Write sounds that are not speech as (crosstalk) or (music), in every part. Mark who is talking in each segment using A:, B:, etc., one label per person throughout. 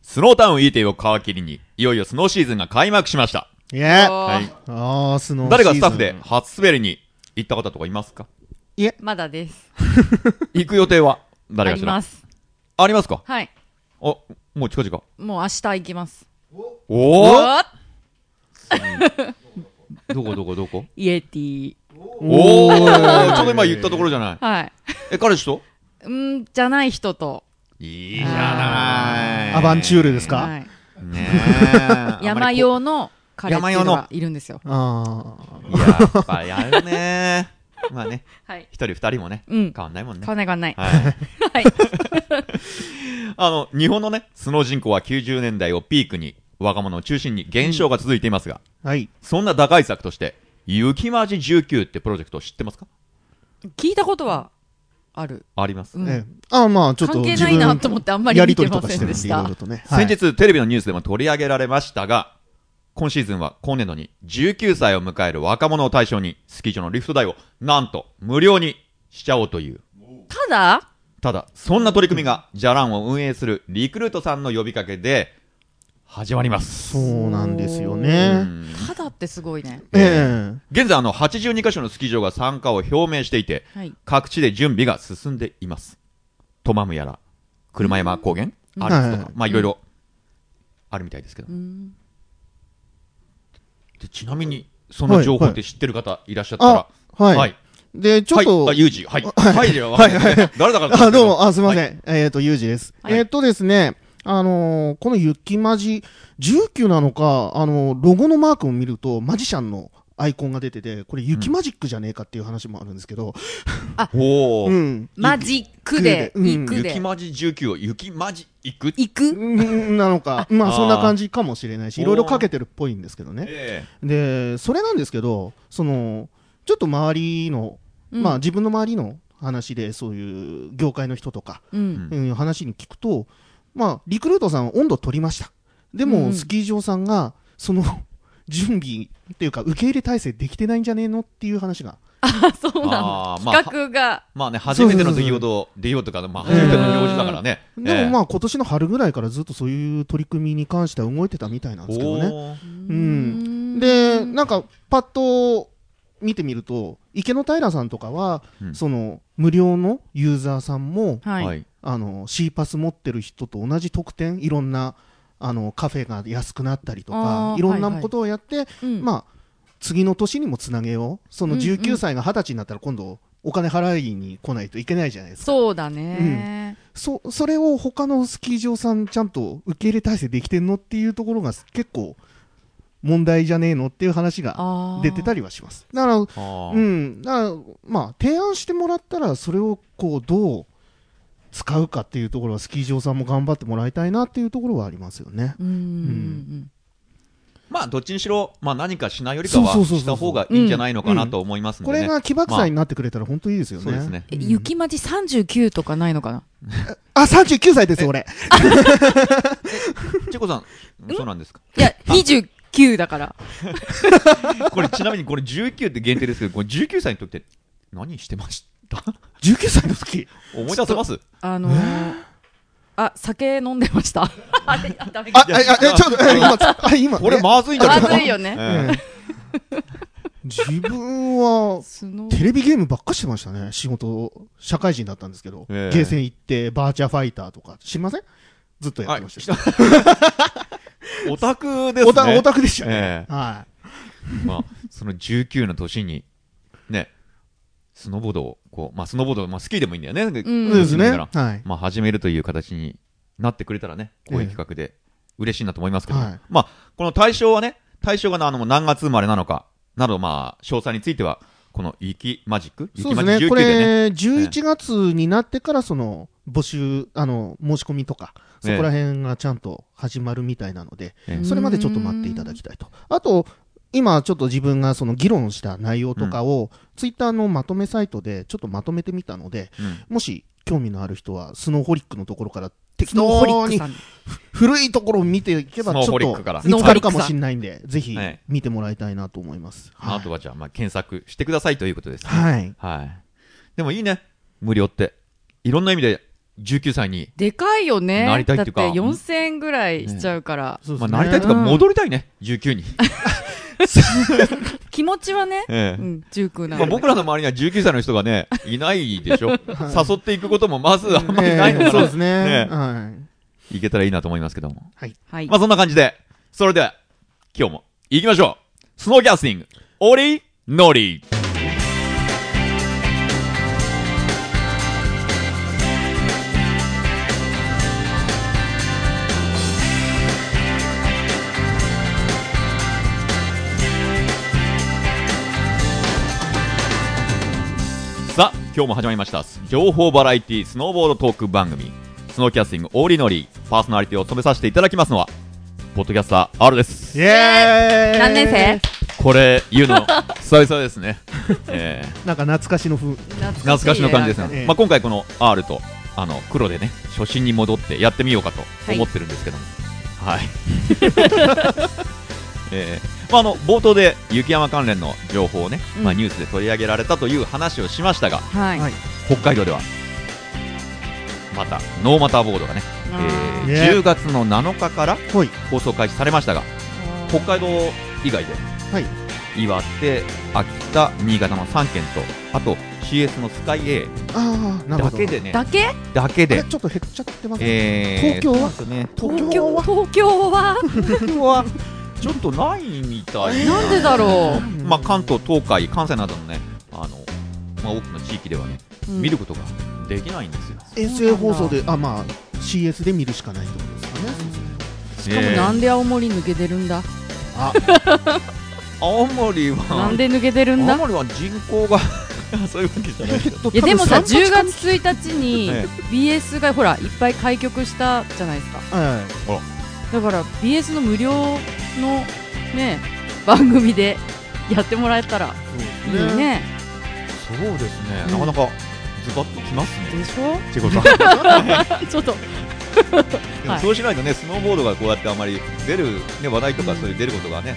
A: スノータウンイーテイを皮切りに、いよいよスノーシーズンが開幕しました。
B: いえ。
C: おー
A: はい。
B: ああ、スノー
A: 誰がスタッフで
B: シズン
A: 初滑りに行った方とかいますか
C: まだです。
A: 行く予定は
C: あ
A: 誰が
C: り
A: しら
C: ます。
A: ありますか
C: はい。
A: あ、もう近々。
C: もう明日行きます。
A: お
C: う
A: お
C: わ
A: どこどこどこ
C: イエティ。
A: おおーちょうど今言ったところじゃない。
C: はい。
A: え、彼氏と
C: うん、じゃない人と。
A: いいじゃない。
B: アバンチュールですか
C: はい。
A: ねえ。
C: 山
A: あ
C: 用の彼っていうの
A: 山用の
C: がいるんですよ。
B: あ
A: んまりこう。やっぱやるね。まあね、
C: はい。
A: 一人二人もね、
C: うん
A: 変わんないもんね
C: 変。わんない変わんない。
A: はい。
C: はい。
A: あの、日本のね、スノー人口は90年代をピークに、若者を中心に減少が続いていますが、
B: あ。はい。
A: そんな打開策として、雪まじ19ってプロジェクトを知ってますか
C: 聞いたことはある。
A: あります。
C: うん
B: ええああ、まあ、ちょっと
C: 関係
B: 自
C: な
B: 分。
C: いなと思ってあんまり
B: やり
C: 見
B: と
C: て
B: りと
C: ま
B: か
C: せ
B: し
C: ん
B: てる
C: で
B: んで、
C: し
B: いろ
C: た
B: いろ。とね。はい
A: 先日テレビのニュースでも取り上げられましたが、今シーズンは今年度に19歳を迎える若者を対象に、スキー場のリフト代をなんと無料にしちゃおうという。
C: ただ、
A: ただ、そんな取り組みが、ジャランを運営するリクルートさんの呼びかけで、始まります。
B: そうなんですよ
A: う
B: ね。
A: ん
C: ただってすごいね。
B: え
A: 現在、あの、82カ所のスキー場が参加を表明していて、
C: はい。
A: 各地で準備が進んでいます。トマムやら、車山高原、アルプスと
B: は
A: か
B: い、
A: まあ、いろいろ、あるみたいですけど
C: う。ん。
A: でちなみに、その情報って知ってる方いらっしゃったら、
B: え。はい。。で、ちょっと。
A: はい、あ、ユージ、はい。はい、では、誰だから
B: あ、どうも、あ、すみませ
A: ん。
B: ん。えっ、と、ゆうじです。
C: はい
B: えっ、とですね、あのーこの雪まじ、19なのか、あのーロゴのマークを見ると、マジシャンのアイコンが出てて、これ雪マジックじゃねえかっていう話もあるんですけど、
A: お
B: う
A: ー。
B: ん。
C: マジックで、
B: うん
C: 行く
A: 雪
C: で、
A: まじ19を雪まじ行く
C: 行く
B: うんなのか、まあ
A: あー
B: そんな感じかもしれないし、
A: おー
B: いろいろかけてるっぽいんですけどね。
A: え
B: で、それなんですけど、その、ちょっと周りの、
C: うん
B: まあ自分の周りの話で、そういう業界の人とか、
C: うん。
B: うん、話に聞くと、まあ、リクルートさんは温度取りました。でも、
C: うんうん
B: スキー場さんが、その、 (laughs) 準備っていうか、受け入れ体制できてないんじゃねえのっていう話が。
C: あ、そう
A: あ
C: なの。
A: ーまあ
C: 企画が、
A: まあね、初めての出来事、出来事とか、まあ、初めての行事だからね。
B: でもまあ、今年の春ぐらいからずっとそういう取り組みに関しては動いてたみたいなんですけど
A: ね。
B: ね。うん。で、なんか、パッと見てみると、池の平さんとかは、
A: うん
B: その、無料のユーザーさんも、
C: は。
A: はいい。
B: あの C パス持ってる人と同じ特典いろんなあのカフェが安くなったりとか
C: あー
B: いろんな
C: はいはい
B: ことをやって、
C: うん
B: まあ、次の年にもつなげようその
C: うんうん
B: 19歳が20歳になったら今度お金払いに来ないといけないじゃないですか、
C: そうだね。
B: そそれを他のスキー場さんちゃんと受け入れ体制できてんのっていうところが結構問題じゃねえのっていう話が
C: あー
B: 出てたりはしますだから
A: あー
B: うん、だからまあ提案してもらったらそれをこうどう使うかっていうところはスキー場さんも頑張ってもらいたいなっていうところはありますよね。
C: うんうん
A: まあ、どっちにしろ、まあ、何かしないよりかは、
B: そうそうそうそう
A: した方がいいんじゃないのかなと思いますの
B: こ
A: で
B: れ
A: ね。
B: が起爆剤になってくれたら本当いいですよね。
A: そうですね。
C: うん。え雪まじ39とかないのかな
B: あ、39歳です俺。
A: チェ
B: (laughs)
A: コさん、そうなんですか。
C: いや、29だから。
A: これ、ちなみにこれ19って限定ですけど、これ19歳の時って何してました
B: (laughs) 19歳の時。
A: 思い出せます
C: あのー、あ、酒飲んで
A: (laughs)
C: ました。あれ、あダメ
B: あ、
C: か
B: あ、。あ、えちょっと、え今、あ、今。
A: これまずいんじゃない
C: まずいよ
A: (laughs)
C: ね
A: え
B: 自分は、
C: スノー
B: テレビゲームばっかしてましたね。仕事、社会人だったんですけど。
A: ええ
B: ゲーセン行って、バーチャファイターとか、知りませんずっと
A: え
B: (laughs) やってました。
A: はいオタクですね。
B: オタオタクでしたね
A: え。
B: はい。
A: まあ、その19の年に、ね、スノボードを、こう、まあ、スノボード、まあ、スキーでもいいんだよね。
C: ん
B: そうですね。
A: だから
B: はい。
A: まあ、始めるという形になってくれたらね、こういう企画で嬉しいなと思いますけど、
B: はい
A: まあ、この対象はね、対象があの何月生まれなのか、など、まあ、詳細については、この雪マジック
B: そう
A: 雪
B: で
A: マ
B: す
A: ジック
B: ね、
A: 19で
B: こ
A: ね。
B: れ、11月になってから、その募集、あの申し込みとか、そ
A: ええ
B: こら辺がちゃんと始まるみたいなので、
A: ええ
B: それまでちょっと待っていただきたいと、あと、今、ちょっと自分がその議論した内容とかを、ツイッターのまとめサイトでちょっとまとめてみたので、
A: うん
B: もし興味のある人は、スノーホリックのところから適
C: スノーホリ
B: 当
C: ック
B: に
C: さん。
B: 古いところを見ていけば、
A: スノ
B: ち
A: ー
B: ょ
A: ホ
B: っ
A: リックから
B: と見つかるかもしれないんで、ぜひ
A: ええ
B: 見てもらいたいなと思います。
A: あとはじゃあ、まあ、検索してくださいということですね。
B: はい
A: はい。でもいいね。無料って。いろんな意味で19歳に、
C: でかいよね。
A: なりたいっていうか
C: だって4000円ぐらいしちゃうから。
B: そう
A: ま
B: で
A: あ、
B: すね
A: なりたいとか
C: うん
A: 戻りたいね、19に。
B: (laughs)
C: 気持ちはね、
A: え
C: う
A: え
C: ん、19な
A: まあ、
C: ので。
A: 僕らの周りには19歳の人がね、いないでしょ。誘っていくこともまずあ (laughs) んまりないの
B: ええ
A: か
B: そう
A: な
B: ですね。
A: ね
B: はい。
A: いけたらいいなと思いますけども。
C: はい
A: ま。あそんな感じで、それでは、今日も行きましょうスノーキャスティング、オリノリさあ、今日も始まりました。情報バラエティスノーボードトーク番組、スノーキャスティング、オリノリパーソナリティを務めさせていただきますのは、ポッドキャスター R です。
B: イエーイ
C: 何年生
A: これ言うの久々ですね、え
B: (laughs)
A: ー
B: なんか懐かしの風。
A: 懐かしの感じです
C: ね
A: ね、
B: ええ
A: まあ、今回この R とあの黒でね初心に戻ってやってみようかと
C: はい
A: 思ってるんですけどもはい、 (laughs) えーまあ、あの冒頭で雪山関連の情報をね、
C: うん
A: まあ、ニュースで取り上げられたという話をしましたが
C: はい。
B: はい
A: 北海道ではまたノーマターボードがね、え
C: あ
A: ー
B: ね
A: 10月の7日から
B: はい。
A: 放送開始されましたが
C: ー
A: 北海道以外で
B: はい。
A: 岩手、秋田、新潟の3県と、あと CS のスカイ A
B: ああ、なる
A: だ
B: ほど。
A: けでね、
C: だけ
A: だけ
B: あれ
A: で、
B: ちょっと減っちゃってますね。
A: えー、
B: 東京は
A: そうですね、
B: 東
C: 東京
B: 京は
C: 東京は
A: 東京は (laughs) ちょっとないみたい
C: なんでだろ
B: う
A: まあ、関東、東海、関西などのね、あのまあ、多くの地域ではね、
C: う。
A: 見る
C: うん
A: ことができないんですよ。
B: 衛星放送で、あ、まあ、CS で見るしかないってことですかね。
A: し
C: しかもなんで青森抜けてるんだ
B: あ、
A: 青森は、
C: なんで抜けてるんだ
A: 青森は人口が (laughs) そういうわけじゃないけど。
B: と
C: いやでもさ
B: 多分三
C: 10
B: 八
C: 月1日に
A: え
C: BS がほらいっぱい開局したじゃないですか
B: は
C: だから BS の無料のね番組でやってもらえたらいい
B: いはい。
C: ね
A: そうですね、
C: うん
A: なかなかズバッときますね。
C: でしょ
A: チェコさん
C: (laughs) ちょっと
A: でも
C: はい
A: そうしないとね、スノーボードがこうやってあまり出る、ね、話題とか
C: うん
A: そういう出ることがね、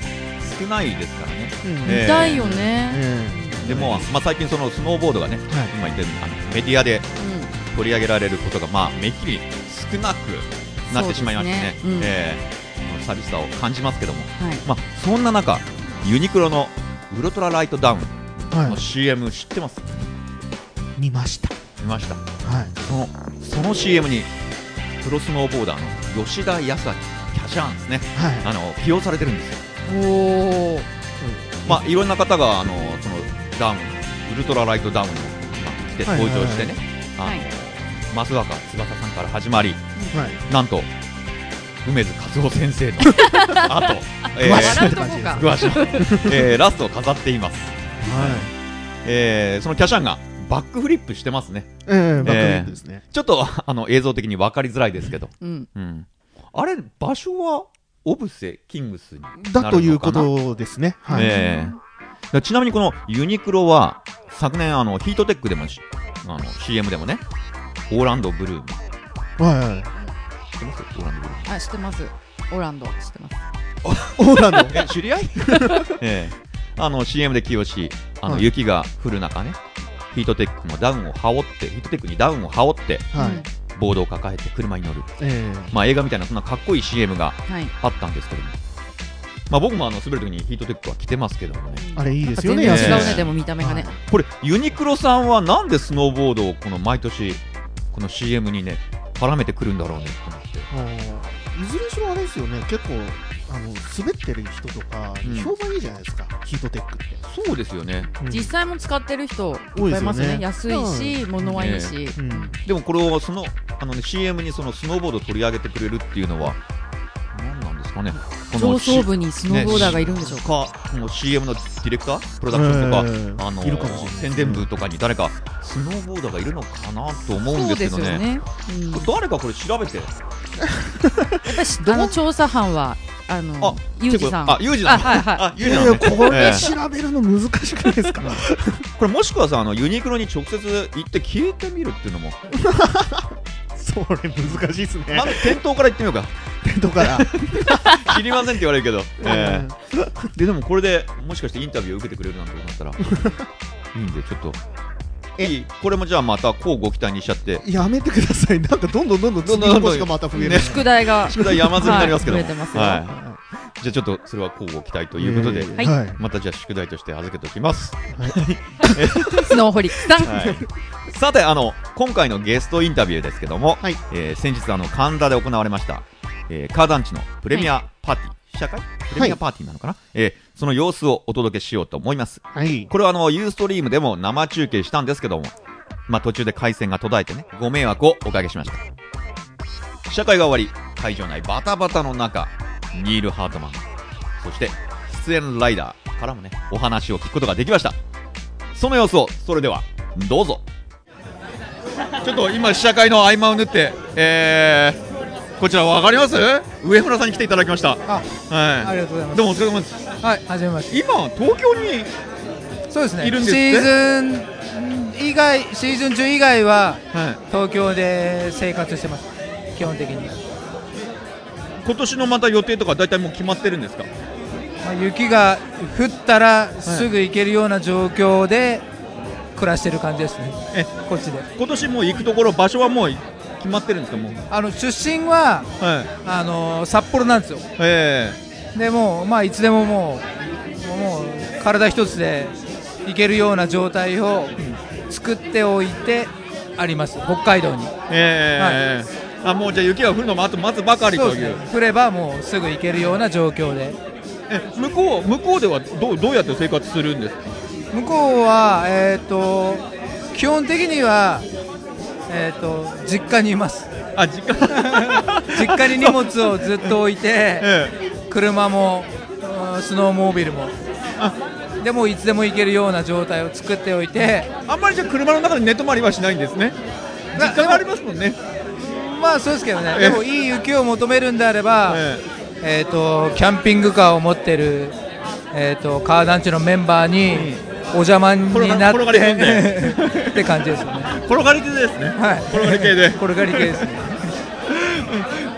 A: 少ないですからね。
B: うん
A: ええ
C: 見たいよね、
B: ええ
A: でも、まあ、最近そのスノーボードがね、
B: はい
A: 今言ったようにあのメディアで取り上げられることが、まあ、めっきり少なくなってしまいましてね、
C: そうですねうん
A: ええ寂しさを感じますけども、
C: うんはい、
A: まあ、そんな中、ユニクロのウルトラライトダウンの
B: は
A: CM 知ってます
B: い。見ました。
A: 見ました
B: はい。
A: そのその CM にプロスノーボーダーの吉田康明キャシャーンですね
B: はい。
A: あの起用されてるんですよ
C: おー
A: まあ、いろんな方があのそのダウンウルトラライトダウンを、まあ、着て
B: はい
A: 登場してね、
C: はいはい
A: あの増若翼さんから始まり
B: はい。
A: なんと梅津和夫先生
C: (laughs)
A: のあと、え
B: 詳
C: 笑
B: し
C: う
B: いっ
C: と
B: て
C: こ
B: 感じです
C: か
A: 詳しいえーラストを飾っています、
B: はい。
A: えーそのキャシャンがバックフリップしてますね
B: ええ、バックネットですね。
A: ちょっとあの映像的に分かりづらいですけど、
C: うん
A: うん、あれ場所はオブセキングスに
B: だということですね。はい。
A: ええだからちなみにこのユニクロは昨年あのヒートテックでもしあの CM でもねオーランドブルーム知
B: はい。
A: ってますオーランドブル
C: あ知ってますオランド知ってます
B: オーラの。
A: ームえ知り
B: (laughs)
A: 合いええあの CM で起用しあの
B: はい
A: 雪が降る中ね、ヒートテックのダウンを羽織ってヒートテックにダウンを羽織って
B: は
C: うん
B: い。
A: ボードを抱えて車に乗る、
B: ええ。
A: まあ、映画みたいなそんなかっこいい CM が
C: はい
A: あったんですけども、まあ、僕もあの滑るときにヒートテックは着てますけどもね
B: あれいいですよね、
C: 全
A: 安
C: 然
A: 田
C: 違う
A: さ
C: ね
A: ん
C: でも見た目がね、
B: は
A: これユニクロさんはなんでスノーボードをこの毎年この CM にね絡めてくるんだろうねって思って
B: あーいずれにしろあれですよね、結構、あの滑ってる人とか
A: うん、
B: 評判いいじゃないですか、ヒートテックって。
A: そうですよね
B: うん
C: 実際も使ってる人
B: 多
C: い
B: いで
C: っぱいい
B: す
C: ま
B: よ
C: す
B: ね
C: ね安いし、物はいいし、
B: うん
A: でもこれをそのあの、ね、CM にそのスノーボードを取り上げてくれるっていうのは何なんですかねこ
C: 上
A: の
C: 層部にスノーボーダーがいるんでしょうか、
A: かこの CM のディレクタープロダクションとか、
B: ええ
A: あの
B: いるかもしれない
A: 宣伝部とかに誰かスノーボーダーがいるのかなと思うん
C: そ
A: で
C: う
A: すけど
C: です
A: ね
C: よね、うん
A: これ誰かこれ調べて
C: やっぱりあの調査班はあの
A: あ
C: ユージさん
A: あユージなの
C: あはいはい
A: あユー
B: い
A: ジな
B: や
A: いの
B: や、
A: ね
B: こ
A: ええ
B: れ調べるの難しくないで
A: (laughs)
B: すか、
A: これもしくはさあのユニクロに直接行って聞いてみるっていうのも
B: それ難しいですね
A: ま、ず店頭から行ってみようか
B: とから、
A: 知りませんって言われるけど、え
B: え
A: えででもこれでもしかしてインタビューを受けてくれるなんて思ったらいいんでちょっといいこれもじゃあまたこうご期待にしちゃって
B: やめてください、なんかどんどんどんど
A: どん
B: ん積
A: どん
B: み
A: どんどん
B: 越しがまた増える、
A: ね
C: 宿
A: (laughs)
C: 題が
A: 宿題山積みになりますけども
C: はい増えてますよ
A: は、
B: はい
A: じゃあちょっとそれはこうご期待ということで、
B: えー
C: はい
B: はい
A: またじゃあ宿題として預けておきます、
C: スノーホリックさん、
A: はい、さてあの今回のゲストインタビューですけども、
B: はい
A: えー先日あの神田で行われました、えー、カーダンチのプレミアパーティー、試写会プレミアパーティーなのかな、えーその様子をお届けしようと思います
B: はい
A: これはあの、ユーストリームでも生中継したんですけども、まあ途中で回線が途絶えてね、ご迷惑をおかけしました。試写会が終わり、会場内バタバタの中、ニール・ハートマン、そして出演ライダーからもね、お話を聞くことができました。その様子を、それでは、どうぞ。ちょっと今、試写会の合間を縫って、えー、こちらわかります上村さんに来ていただきました。
D: あ、あ
A: は
D: りがとうございま
A: い。
D: す。
A: どうもお疲れ様です。
D: はい、はじめまして。
A: 今、東京に、
D: そうですね。
A: いるんですっ
D: シ
A: て
D: ーズン以外、シーズン中以外は
A: はい。
D: 東京で生活してます。基本的に。
A: 今年のまた予定とか大体もう決まってるんですか
D: まあ、雪が降ったらすぐ行けるような状況で暮らしてる感じですね。
A: え
D: こっちで。
A: 今年もう行くところ場所はもう決まってるんですかもう
D: あの出身は
A: はい
D: あの札幌なんですよ。
A: え
D: でもうまあいつでももうもう体一つで行けるような状態を作っておいてあります。北海道に。
A: えええあもうじゃあ雪が降るのもあと待つばかり
D: そう
A: と
D: です
A: いう
D: ね、降ればもうすぐ行けるような状況で
A: え向こう向こうではどうどうやって生活するんですか
D: 向こうは、えー、と基本的には、えー、と実家にいます
A: あ実 (laughs) 家
D: 実家に荷物をずっと置いて
A: (laughs) ええ
D: 車もうんスノーモービルも
A: あ
D: でもういつでも行けるような状態を作っておいて
A: あんまりじゃあ車の中で寝泊まりはしないんですね
D: な
A: 実家がありますもんね
D: まあそうですけどね
A: え
D: でもいい雪を求めるんであれば、
A: え
D: えー、とキャンピングカーを持ってる、えー、とカー団地のメンバーにお邪魔になって
A: 転がり込んで
D: (laughs) って感じですよね。
A: 転がり系ですね
D: はい、
A: 転がり系で
D: 転がり系ですね。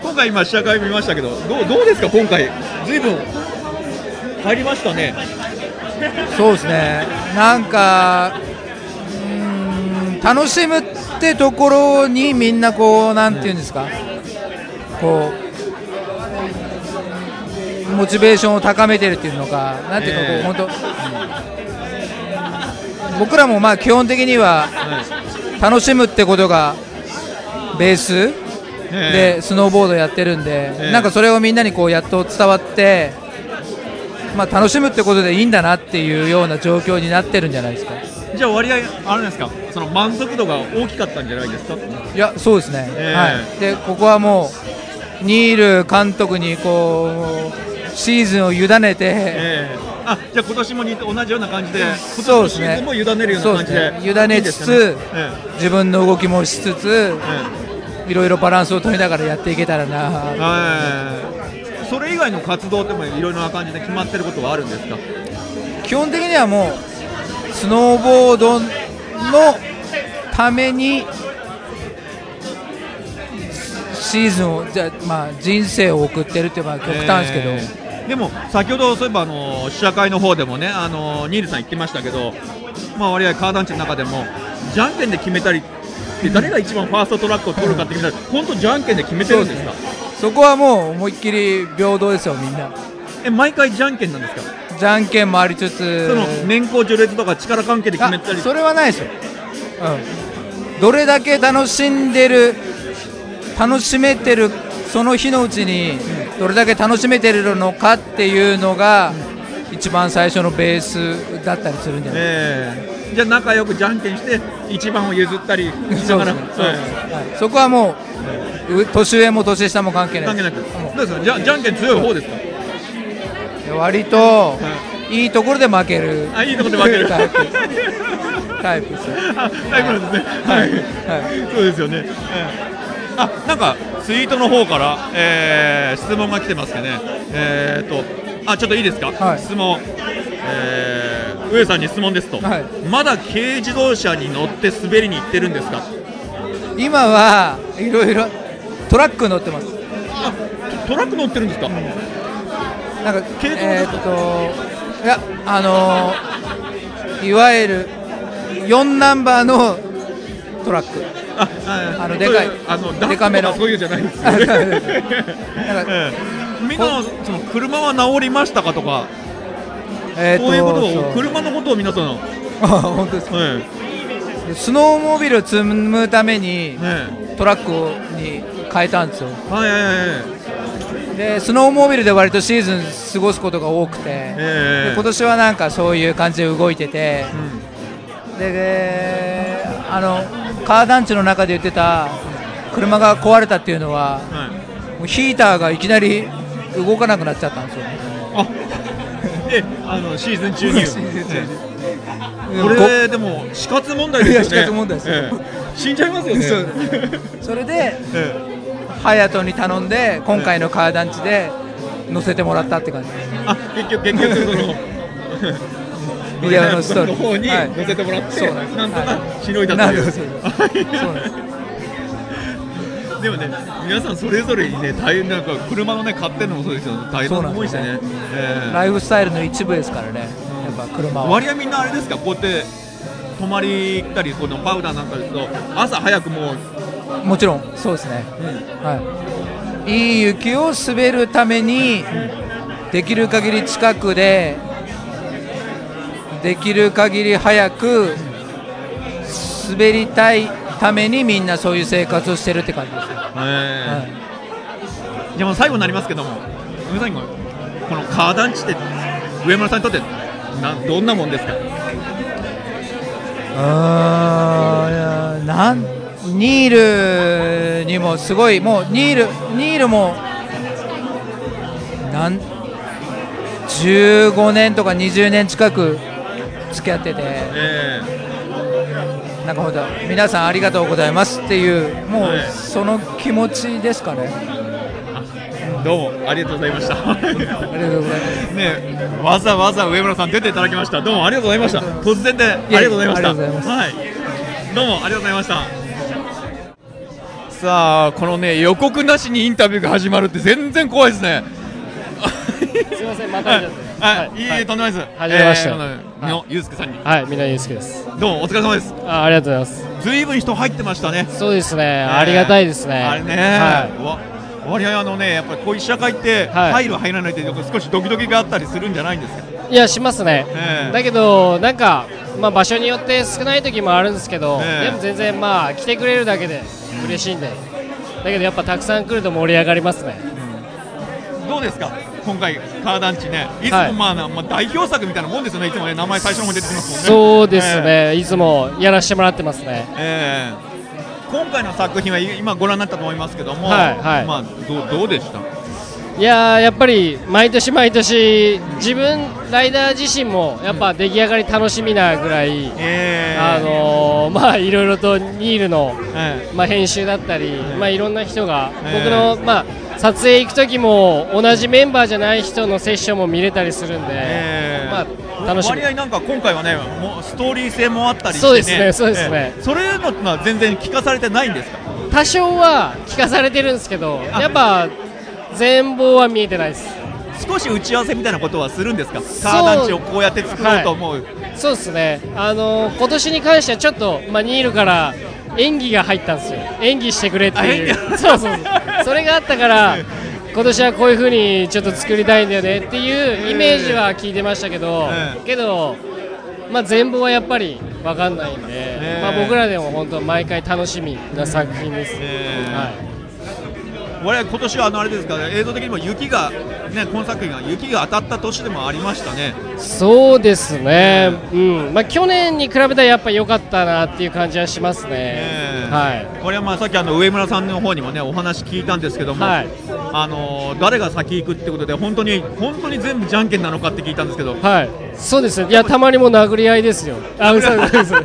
A: (laughs) 今回今試写会見ましたけどどうどうですか今回ずいぶん入りましたね
D: そうですね。なんかうーん楽しむってところにみんなこうなんていうんですか、こうモチベーションを高めてるっていうのか、なんていうかこう本当、僕らもまあ基本的には楽しむってことがベース
A: え
D: でスノーボードやってるんで、
A: ええ
D: なんかそれをみんなにこうやっと伝わって、まあ、楽しむってことでいいんだなっていうような状況になってるんじゃないですか
A: えじゃあ割合あれなんですかその満足度が大きかったんじゃないですか
D: いやそうですね、
A: ええ
D: はい、でここはもうニール監督にこうシーズンを委ねて、
A: ええあじゃあ今年も似て同じような感じで、今年
D: そう
A: の
D: で
A: シ
D: す
A: ー
D: ね
A: ズンも委ねるような感じ
D: そう
A: で
D: で、すね委ねつつ
A: いいですかねえ
D: 自分の動きもしつつ
A: ええ
D: いろいろバランスを取りながらやっていけたらな
A: ええそれ以外の活動でもいろいろな感じで決まってることはあるんですか、
D: 基本的にはもうスノーボードのためにシーズンをじゃあまあ人生を送ってるってまあ極端ですけど、
A: ええでも先ほどそういえばあの試写会の方でもねあのニールさん言ってましたけど、まあ、割合カーダンチの中でもじゃんけんで決めたりって誰が一番ファーストトラックを取るかって決めたら本当じゃんけんで決めてるんですか
D: そこはもう思いっきり平等ですよみんな
A: え毎回じゃんけんなんですか
D: じゃんけんもありつつ
A: その年功序列とか力関係で決めたり
D: あそれはないですよ、うん、どれだけ楽しんでる楽しめてるその日のうちにどれだけ楽しめてるのかっていうのが一番最初のベースだったりするんじゃない
A: ええじゃあ仲良くじゃんけんして一番を譲ったりしな
D: そう
A: が
D: で
A: ら
D: すねそうですねはいそこはもうう年上も年下も関係な
A: 関
D: い
A: 係
D: で
A: な
D: す
A: くどうですかじゃじゃんけん強い方ですか
D: 割といいところで負ける
A: あいいとこで負ける
D: タイプタイプですよ
A: あ大丈夫ですねはい、 (laughs) そうですよね、ええあなんかツイートの方から、えー質問が来てますけどねえー、とあちょっといいですか、
D: はい
A: 質問えー上さんに質問ですと、
D: はい
A: まだ軽自動車に乗って滑りに行ってるんですか
D: 今はいろいろトラック乗ってます
A: あトラック乗ってるんですか、
D: なんか
A: 軽トラ
D: えーっといやあのーいわゆる4ナンバーのトラック
A: ああ
D: あのでかい
A: そううあの
D: でかめの
A: ダンスとかそういうじゃないですよね
D: なんか
A: ええみんなのその車は治りましたかとか、
D: えーと
A: そういうこと
D: そ
A: を
D: う
A: 車のことを皆さん、え
D: (laughs) 本当ですか
A: え
D: でスノーモービルを積むために
A: え
D: トラックをに変えたんですよ
A: えはいはいはいはい
D: でスノーモービルで割とシーズン過ごすことが多くて、
A: ええ
D: で今年はなんかそういう感じで動いてて
A: うん
D: でであのカー団地の中で言ってた車が壊れたっていうの
A: は
D: は
A: い
D: もうヒーターがいきなり動かなくなっちゃったんですよね
A: あ
D: (laughs)
A: えあのシーズン中に
D: シーズン中に
A: ええ
D: で
A: こ
D: も
A: れでも死活問題ですよね
D: いや死活問題ですよ
A: ええ死んじゃいますよね
D: そうごそれで
A: ええ
D: 隼人に頼んで今回のカー団地で乗せてもらったって感じです
A: あ結局結局その
D: (laughs) ビデオのストーリー
A: 方に
D: はい
A: 載せてもらって、
D: そうなんです
A: なんとかしのいだ
D: は
A: と
D: い
A: い
D: な
A: う。
D: るほどそうなんで
A: はいでもね皆さんそれぞれにね大変なんか車のね買ってるのもそうですよね大変な思いして
D: そう
A: ね
D: なんで。
A: え
D: ラ
A: え
D: イフスタイルの一部ですからねやっぱ車は
A: 割合みんなあれですかこうやって泊まり行ったりこのパウダーなんかですと朝早くもう、
D: もちろんそうですねはい、いい雪を滑るためにできる限り近くでできる限り早く滑りたいためにみんなそういう生活をしてるって感じです、は
A: ええ
D: い
A: じゃあもう最後になりますけども、梅さんこのカー団地って上村さんにとってなんどんなもんですか。
D: あーいやなんニールにもすごいもうニールニールもなん15年とか20年近く付き合ってて
A: え
D: なんか本当皆さんありがとうございますっていうも
A: は
D: う
A: い
D: その気持ちですかね
A: えどうもありがとうございました。
D: ありがとうございます
A: ね、わざわざ上村さん出ていただきました。どうもありがとうございました。突然でありがとうございました。
D: ありがとうございます
A: はい。どうもありがとうございました。さあ、このね、予告なしにインタビューが始まるって全然怖いですね。
E: すいません、また
A: は
E: 見ちゃっ
A: い、はい、いえいえ、とんでもないです。
E: はじめまして
A: えーのゆうすけさんに、
E: て。はい、みなゆうすけです。
A: どうもお疲れ様です。
E: あ、ありがとうございま
A: ずいぶん人入ってましたね。
E: す。そうですね、ありがたいですね。
A: あれね、
E: は
A: わ割合あのね、やっぱりこういう試写会って、
E: はい
A: 入る入らないって、少しドキドキがあったりするんじゃないんですか。
E: い。いや、しますね。
A: ええ
E: だけど、なんか、まあ、場所によって少ない時もあるんですけど、
A: ええ
E: でも全然、まあ、来てくれるだけで嬉しいんで。だけど、やっぱたくさん来ると盛り上がりますね。
A: どうですか、今回カーダンチね、いつ
E: は
A: も
E: い
A: まあな、まあ代表作みたいなもんですよね。いつもね、名前最初の方に出てきますもんね。
E: そうです
A: ええ。
E: ね、いつもやらせてもらってますね。
A: ええ今回の作品はい今ご覧になったと思いますけども、
E: はいはい
A: まあどうどうでした。
E: いやーやっぱり毎年毎年自分ライダー自身もやっぱ出来上がり楽しみなぐらい、
A: ええ
E: あのーまあいろいろとニールの、
A: え
E: まあ、編集だったり、まあ、いろんな人が、
A: え
E: 僕の、まあ、撮影行く時も同じメンバーじゃない人のセッションも見れたりするんで、
A: ええ
E: まあ、楽しみ
A: 割合なんか今回はね、もうストーリー性もあったりして、ね。
E: そうですねそうですね
A: ええそれのまあ全然聞かされてないんですか。
E: 多少は聞かされてるんですけどやっぱ全貌は見えてないです
A: 少し打ち合わせみたいなことはするんですか。カーダンチをこうやって作ろうと思う。
E: そうですね、あの今年に関してはちょっと、まあ、ニールから演技が入ったんですよ、演技してくれってい
A: あ演技
E: う、そうそうそう、それがあったから、今年はこういう風にちょっと作りたいんだよねっていうイメージは聞いてましたけど、
A: ええ
E: けど、まあ、全貌はやっぱり分かんないんで、
A: え
E: まあ、僕らでも本当、毎回楽しみな作品です。
A: ええ
E: はい
A: 我々今年はあのあれですから、映像的にも雪が、ね、今作品が雪が当たった年でもありましたね。
E: そうですね、うんまあ、去年に比べたらやっぱ良かったなっていう感じはしますね。
A: ええ
E: はい
A: これはまあさっきあの上村さんの方にもねお話聞いたんですけども、
E: はい
A: あのー誰が先行くってことで本当に本当に全部じゃんけんなのかって聞いたんですけど、
E: はい、そうですね、いや、たまにもう殴り合いですよ、 (laughs) あ、嘘嘘嘘 (laughs) い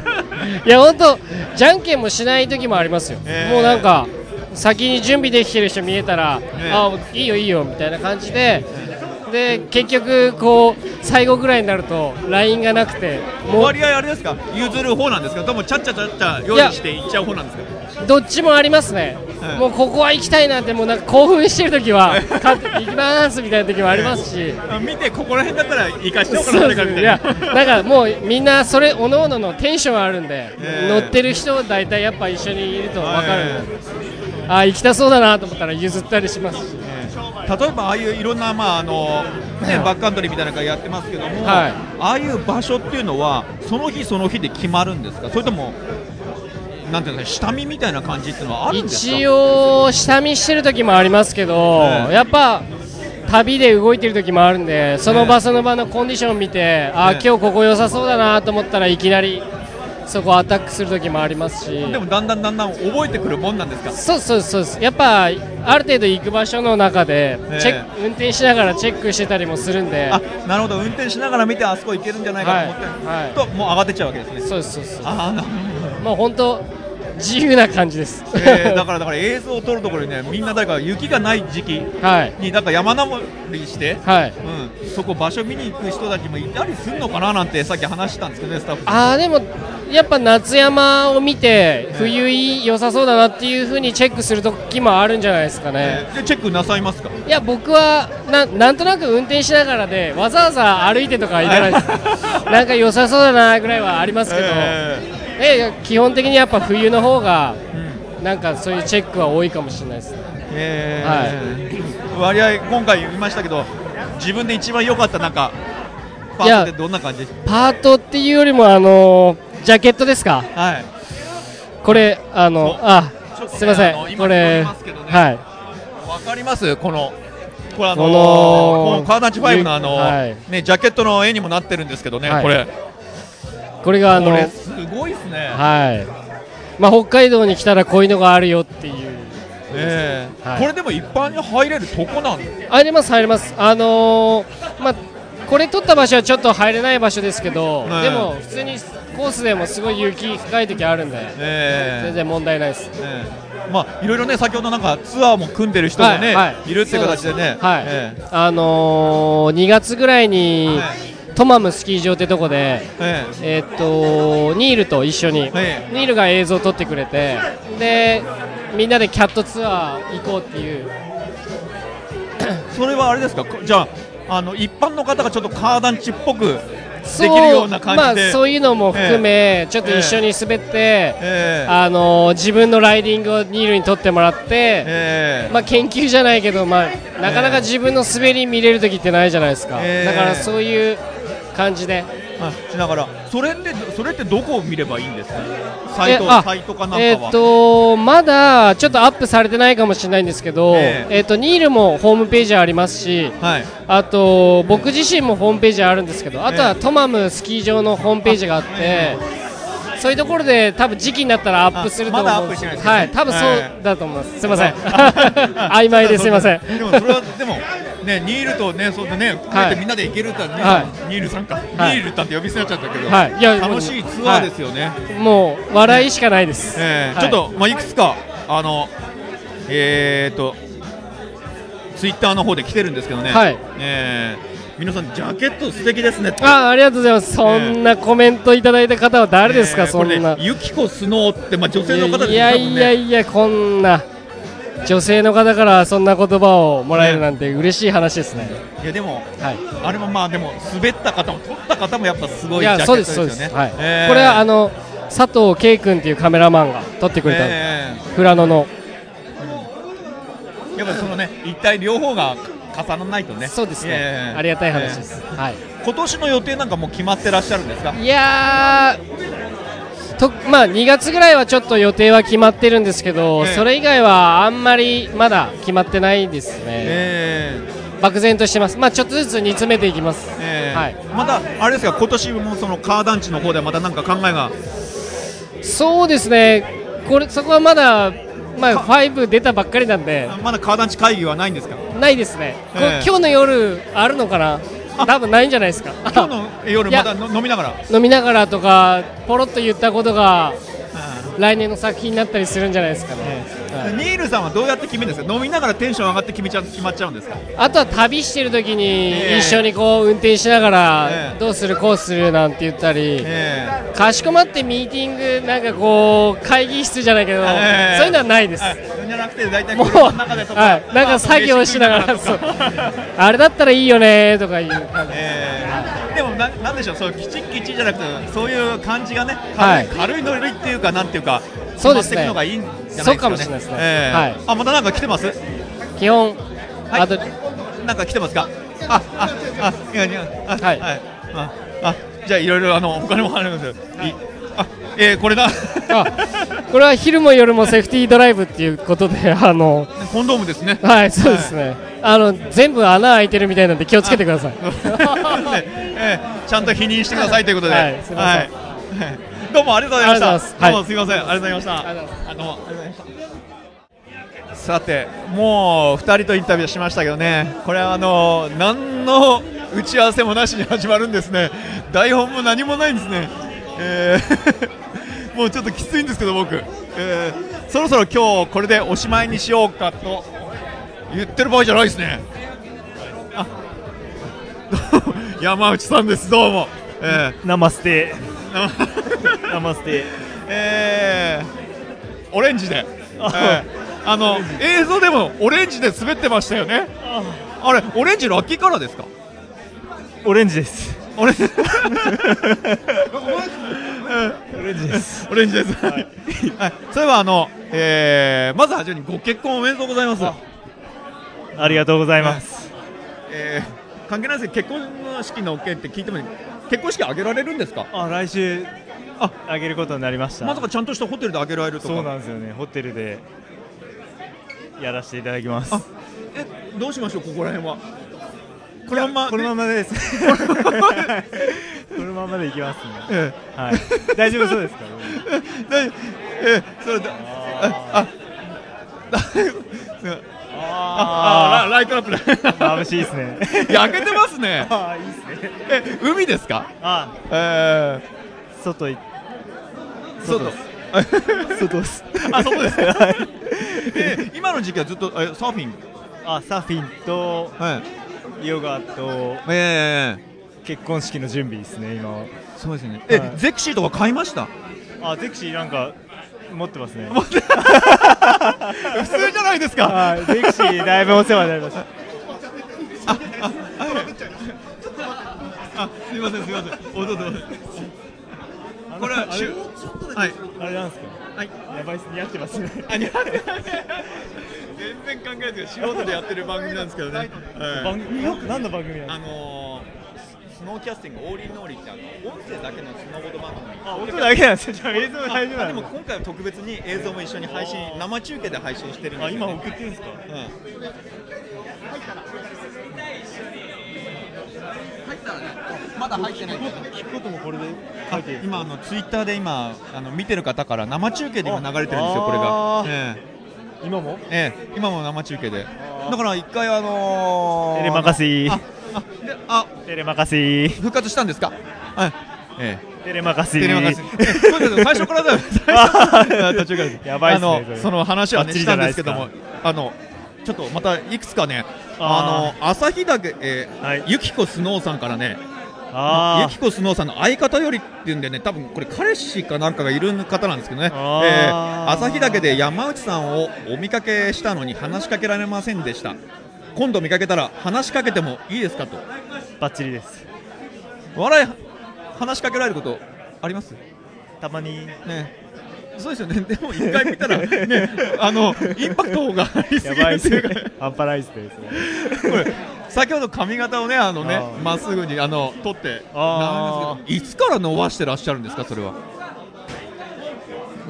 E: や、本当、じゃんけんもしない時もありますよ、
A: えー
E: もうなんか、先に準備できてる人見えたら、
A: えー
E: あいいよ、いいよみたいな感じで、で結局、こう最後ぐらいになると、LINE がなくて、も
A: 割合あれですか譲る方なんですか、ともちゃっちゃちゃっちゃ用意していっちゃう方なんですか。
E: うどっちもありますね、もうここは行きたいなってもうなんか興奮してる時 (laughs) は勝手に行きますみたいな時もありますし。
A: 見てここら辺だったら生かしておか
E: そう
A: な
E: で
A: いか
E: す
A: み
E: ね
A: た
E: い
A: いな
E: やだからもうみんなそれおのおののテンションあるんで、
A: ええ
E: 乗ってる人大体やっぱ一緒にいると分かるんで、
A: は
E: ああ行きたそうだなと思ったら譲ったりしますし、
A: い例えばああいういろんな、まああの
E: (laughs)
A: ね、バックカントリーみたいなのがやってますけども、
E: はい
A: ああいう場所っていうのはその日その日で決まるんですかそれともなんていうの下見みたいな感じっていうのはあるんですか
E: 一応下見してる時もありますけど、
A: ええ
E: やっぱ旅で動いてる時もあるんでその
A: ええ
E: 場その場のコンディションを見て、あ
A: え
E: あ今
A: え
E: 日ここ良さそうだなと思ったらいきなりそこアタックする時もありますし
A: でもだんだんだんだん覚えてくるもんなんですか
E: そうそうそうですやっぱある程度行く場所の中
A: え
E: で
A: え
E: チェック、運転しながらチェックしてたりもするんで
A: あなるほど運転しながら見てあそこ行けるんじゃないかと思って、
E: はいはい
A: ともう上がってっちゃうわけですね
E: そうですそうです
A: ああなるほど
E: もう本当自由な感じです、
A: えーだからだから映像を撮るところにねみんな誰か雪がない時期
E: (laughs) はい
A: になんか山登りして、
E: はい
A: うん、そこ場所見に行く人たちもいたりするのかななんてさっき話したんですけどねスタッフ
E: あーでもやっぱ夏山を見て冬いい良さそうだなっていう風にチェックする時もあるんじゃないですかね、
A: えーでチェックなさいますか
E: いや僕はななんとなく運転しながらでわざわざ歩いてとかは
A: (laughs)
E: いかないですなんか良さそうだなぐらいはありますけど、
A: え
E: え基本的にやっぱ冬の方が
A: ーうん
E: なんかそういうチェックは多いかもしれないですね
A: えー割合今回言いましたけど自分で一番良かったなんかパ
E: い
A: ー
E: や
A: トってどんな感じです
E: パートっていうよりもあのジャケットですか
A: はい
E: これあ
A: お
E: のあ
A: ちょっとね
E: すいませ
A: あの
E: ん
A: 今
E: こ
A: 聞こえ
E: れ
A: ますけどね
E: はい
A: わかりますこのこれあの
E: この
A: このカーナチファイブのあの、
E: はい
A: ねジャケットの絵にもなってるんですけどね、
E: はい
A: これ
E: これがあの
A: これ
E: は
A: すごいですね、
E: いまあ北海道に来たらこういうのがあるよっていう
A: ええ
E: はい
A: これでも一般に入れるとこなんです
E: 入れます入れますあのーまあこれ取った場所はちょっと入れない場所ですけど、
A: ね
E: でも普通にコースでもすごい雪深い時あるんで、全
A: え
E: 然問題ないです
A: えええまあいろいろね先ほどなんかツアーも組んでる人もね、
E: はい
A: い
E: はい
A: るって形でね
E: はい、
A: ええ
E: あのー、2月ぐらいに、
A: はい
E: トマムスキー場ってとこで、
A: え
E: えーっとニールと一緒に、
A: え
E: ニールが映像を撮ってくれてでみんなでキャットツアー行こうっていう
A: えそれはあれですかこじゃああの一般の方がちょっとカーダンチっぽく
E: そ
A: できるような感じで
E: まあ、そういうのも含め、ちょっと一緒に滑って、
A: ええ
E: あのー自分のライディングをニールに撮ってもらって、
A: ええ
E: まあ、研究じゃないけど、まあ、なかなか自分の滑り見れる時ってないじゃないですか、
A: ええ
E: だからそういう感じで。
A: あしながらそれってそれってどこを見ればいいんですかサイ
E: え
A: ト
E: あ
A: サイトかなんかは、
E: えっ、とまだちょっとアップされてないかもしれないんですけど、
A: え
E: え
A: え
E: っ、とニールもホームページありますし、
A: はい
E: あと僕自身もホームページあるんですけど、あと
A: え
E: は
A: え
E: トマムスキー場のホームページがあって、
A: え
E: そういうところで多分時期になったらアップすると
A: あまだ
E: 思
A: アッ
E: う
A: プ
E: ん
A: してないですね
E: はい、多分
A: え
E: そうだと思います。すみ
A: (laughs)
E: ません、
A: あ
E: 曖昧ですみません。
A: でもそれはでもねニールとねそうでねこうやってみんなで行けるったらね、
E: は
A: ニールさんか、
E: はい
A: ニールさんって呼び捨てになっちゃったけど、
E: はいいや
A: 楽しいツアーですよね。
E: もう笑いしかないです。
A: えー
E: はい
A: ちょっとまあいくつかあのえー、とツイッターの方で来てるんですけどね。
E: はい
A: えー皆さんジャケット素敵ですね。
E: あ、ありがとうございます。そんなコメントいただいた方は誰ですか、
A: えー
E: そんな
A: これ。ね、ゆきこスノーってまあ女性の方ですね
E: いや
A: 多分
E: い
A: ね
E: やいやこんな女性の方からそんな言葉をもらえるなんて嬉しい話ですね
A: いやでも
E: はい
A: あれもまあでも滑った方も撮った方もやっぱすごい
E: い
A: ジャケッ
E: やそ
A: ト
E: う
A: で
E: です
A: す
E: そ
A: よ
E: う
A: ね。
E: ですはい
A: えー
E: これはあの佐藤圭君っていうカメラマンが撮ってくれた、
A: え
E: 富良野の
A: ーやっぱりそのね一体両方が重ならないとね。
E: そうですね、
A: えー
E: ありがたい話です、。
A: え
E: はい
A: ー今年の予定なんかもう決まってらっしゃるんですか。
E: いやーとまあ、2月ぐらいはちょっと予定は決まってるんですけど、
A: ええ
E: それ以外はあんまりまだ決まってないですね、
A: え
E: 漠然としてます、まあ、ちょっとずつ煮詰めていきます、
A: ーえー
E: はい、
A: またあれですか今年もそのカー団地の方ではまたなんか考えが
E: そうですね、これそこはまだ、まあ、5出たばっかりなんで、
A: まだカー団地会議はないんですか。
E: ないですね、こ
A: ええ
E: 今日の夜、あるのかな
A: あ、
E: 多分ないんじゃないですか、
A: 今日の夜
E: いや
A: またの飲みながら。
E: 飲みながらとか、ポロっと言ったことが、
A: うん
E: 来年の作品になったりするんじゃないですかね、はい
A: ニールさんはどうやって決めるんですか。飲みながらテンション上がって決めちゃ決まっちゃうんですか。
E: あとは旅してる時
A: ええ
E: に、一緒にこう運転しなが
A: え
E: ら
A: え、
E: どうする、こうするなんて言ったり。
A: えー
E: かしこまってミーティング、なんかこう、会議室じゃないけど、そういうのはないです。
A: あじじゃなくて大体
E: もう、
A: 車の中でとか、
E: はい、なんか作業しながら、そうあれだったらいいよねとかいう感じ。
A: えーでもななんでしょうそうきちっきちじゃなくてそういう感じがね軽い,、
E: はい
A: 軽いノリっていうかなんていうか
E: そうです
A: 決まって
E: ね
A: いくのがいいんじゃないですかね
E: そうかもしれないですね
A: えー
E: はい
A: あまたなんか来てます
E: 基本、
A: はい
E: あと、
A: なんか来てますかあああいやいやあ
E: はい
A: ああじゃあいろいろあの他にも話します、い、あえー、これだ
E: あこれは昼も夜もセーフティードライブっていうことで、あの、
A: (laughs) コンドームですね (laughs)
E: はい、そうですね。あの、全部穴開いてるみたいなんで気をつけてください。
A: ええちゃんと否認してくださいということで、
E: はいすいません
A: はいどうもありがとうございま
E: ありが
A: し
E: とうござい
A: た。
E: ますはい
A: どうもすみません、ありがとうござい
E: ありが
A: ま
E: とう
A: した。あどうもありがとうございました。さて、もう二人とインタビューしましたけどね、これはあの何の打ち合わせもなしに始まるんですね。台本も何もないんですね。えー (laughs) もうちょっときついんですけど僕、えーそろそろ今日これでおしまいにしようかと言ってる場合じゃないですね。山内さんです、どうも。え
F: ナマステ
A: ー
F: ナマステ
A: えーオレンジで、えーあの映像でもオレンジで滑ってましたよね。あれ、オレンジラッキーカラーですか。
F: オレンジです
A: オレンジ、
F: オレンジです
A: (laughs) オレンジです。はい、それはあの、えーまずはじめにご結婚おめでとうございます。
F: ありがとうございます
A: えー関係ないですけど、結婚式の件って聞いてもいい、結婚式あげられるんですか。
F: あ来週ああげることになりました
A: まさかちゃんとしたホテルであげられるとか。
F: そうなんですよねホテルでやらせていただきます
A: あえ、どうしましょう、ここら辺は。この
B: (laughs)
A: まま、
F: このままです
A: このままで
F: (laughs) このままでいきますね
A: えー
F: はい大丈夫そうですか
A: 大えそれだああああライトアップ (laughs) だ
F: 眩しいですね
A: 焼けてますね
F: ああいいですね
A: え海ですか
F: あ
A: え
F: 外い
A: ー、外
F: 外です
A: あ外 (laughs) ですか
F: はい
A: え今の時期はずっとえサーフィン
F: あサーフィンと
A: はい
F: ヨガと
A: え
F: 結婚式の準備ですね今は
A: えそうですねえ、
F: はい
A: ゼクシーとか買いました
F: あゼクシーなんか持ってますね
A: 持って普通じゃないですか
F: はいゼクシーだいぶお世話になりました
A: あすいませんすいませんおどうぞどうぞこれは
F: あ
A: しゅ
F: れ
A: はい
F: あれなんです
A: はい
F: かやばいっす似合ってますね
A: あ似合ってない全然考えてない素人でやってる番組なんですけどね、はい
F: 番組何の番組な
A: あ
F: んで
A: のー、ススノーキャスティングオーリーノーリーってあの音声だけのスノーボード番組
F: すか音だけなんですよじゃあ映像大丈
A: あ
F: 夫な
A: で
F: ん
A: も
F: ですか
A: 今回は特別に映像も一緒に配信生中継で配信してるんで
F: あ
A: すよ、
F: 今
A: ね、
F: 送ってるんですか
A: まだ入ってない
F: 聞くこともこれで書いて
A: 今あのツイッターで今あの見てる方から生中継で今流れてるんですよこれが
F: あ、ー
A: え
F: 今も
A: えええ今も生中継でだから一回あのー、
F: テレマカシ
A: ああであ
F: テレマカシ
A: 復活したんですかはいええ
F: テレマカシ
A: テレマガジン。えそうです最初からだよ。最初から途中からです。
F: やばいっすね
A: あの
F: それ
A: その話は
F: バ
A: ね
F: ッチ
A: し
F: リじ
A: た
F: ゃ
A: ん
F: な
A: で
F: いです
A: け
F: す
A: ど
F: か
A: も、あのちょっとまたいくつかね、あ
F: あ
A: の朝日岳えー
F: はい
A: ゆきこスノーさんからね、ゆ
F: あ
A: きこスノーさんの相方よりっていうんでね、多分これ彼氏かなんかがいる方なんですけどね。え
F: あ
A: ー
F: ー
A: 朝日岳で山内さんをお見かけしたのに話しかけられませんでした。今度見かけたら話しかけてもいいですかと。
F: ーバッチリです
A: 笑い話しかけられることあります？
F: たまに
A: ね、そうですよね、 (laughs) でも一回見たら、ね、あのインパクトがありす
F: や
A: ぎ
F: ば
A: る
F: いっ
A: って
F: す
A: い
F: (laughs) ね
A: うか、
F: 半端ないっすねそれ
A: これ、先ほど髪型をね、あのね
F: あー、
A: まっすぐにあの取って、
F: あ
A: な
F: ー
A: んですけどいつから伸ばしてらっしゃるんですか、それは。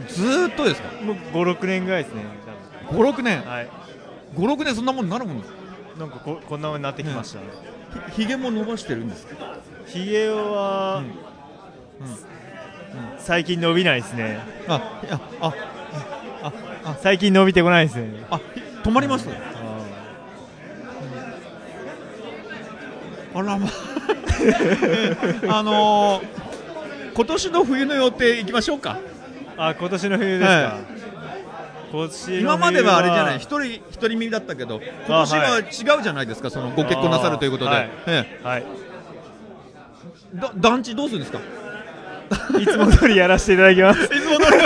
A: ずーっとですか、
F: もう56年ぐらいですね
A: 5、6年
F: 多分、はい
A: 5、6年、そんなもんなるもんですか
F: なんかここんな風になってきました、
A: ひひげも伸ばしてるんですか、
F: ひげは、最近伸びないですね
A: あいやあ
F: 最近伸びてこないですね
A: あひ止まります
F: あ
A: あらま (laughs) あ、あのー今年の冬の予定いきましょうか。
F: あ今年の冬ですか、
A: は
F: 今年の冬
A: 今まではあれじゃない、一人一人身だったけど、今年は
F: はい
A: 違うじゃないですか、そのご結婚なさるということで、
F: あーはい
A: え
F: はい
G: (laughs)
A: えだ団地どうするんですか、
G: いつも通りやらせていただきます。
A: いつも通り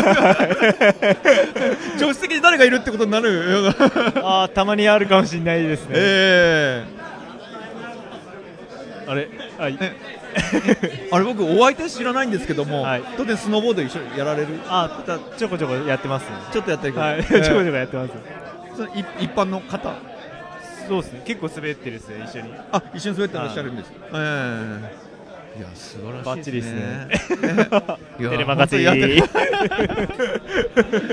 A: (laughs) 助手席に誰がいるってことになるような
G: (laughs)
A: (laughs)
G: ああ、たまにあるかもしれないですね。
A: え
G: あれ、あい
A: ええあれ僕お相手知らないんですけども、
G: はい
A: 当然スノーボード一緒にやられる
G: あたちょこちょこやってますね。
A: ちょっとやってるけど、
G: はい、
A: え
G: (laughs) ちょこちょこ
A: え
G: やってます。
A: その一一般の方
G: そうですね。結構滑ってるですね、一緒に。
A: あ一緒に滑ってらっしゃるんです、ええいや素晴らしい
G: バッチリですね
A: い
G: (laughs)
A: や
G: テレマガティ
A: 本当 (laughs) にやっ
G: ー
A: てる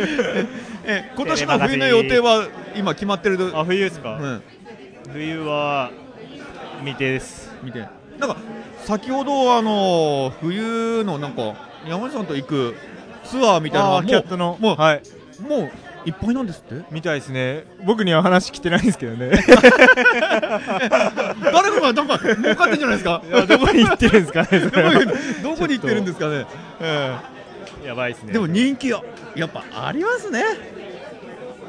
A: ええ今年の冬の予定は今決まってる
G: (laughs) あ、冬ですか、
A: うん、
G: 冬は未定です。
A: 見てなんか先ほどあの冬のなんか山下さんと行くツアーみたいなの
G: あ
A: は
G: ー
A: もう
G: キャットの、
A: もう、
G: はい、
A: もういっぱいなんですって
G: みたいですね。僕には話来てないんですけ (laughs) どね。
A: 誰かがな
G: (laughs)
A: んか儲かってんじゃないですか
G: いやどこに行ってるんですかね。それは
A: (laughs) どこに行ってるんですかね、え
G: やばいです
A: え
G: ね。
A: でも人気はやっぱありますね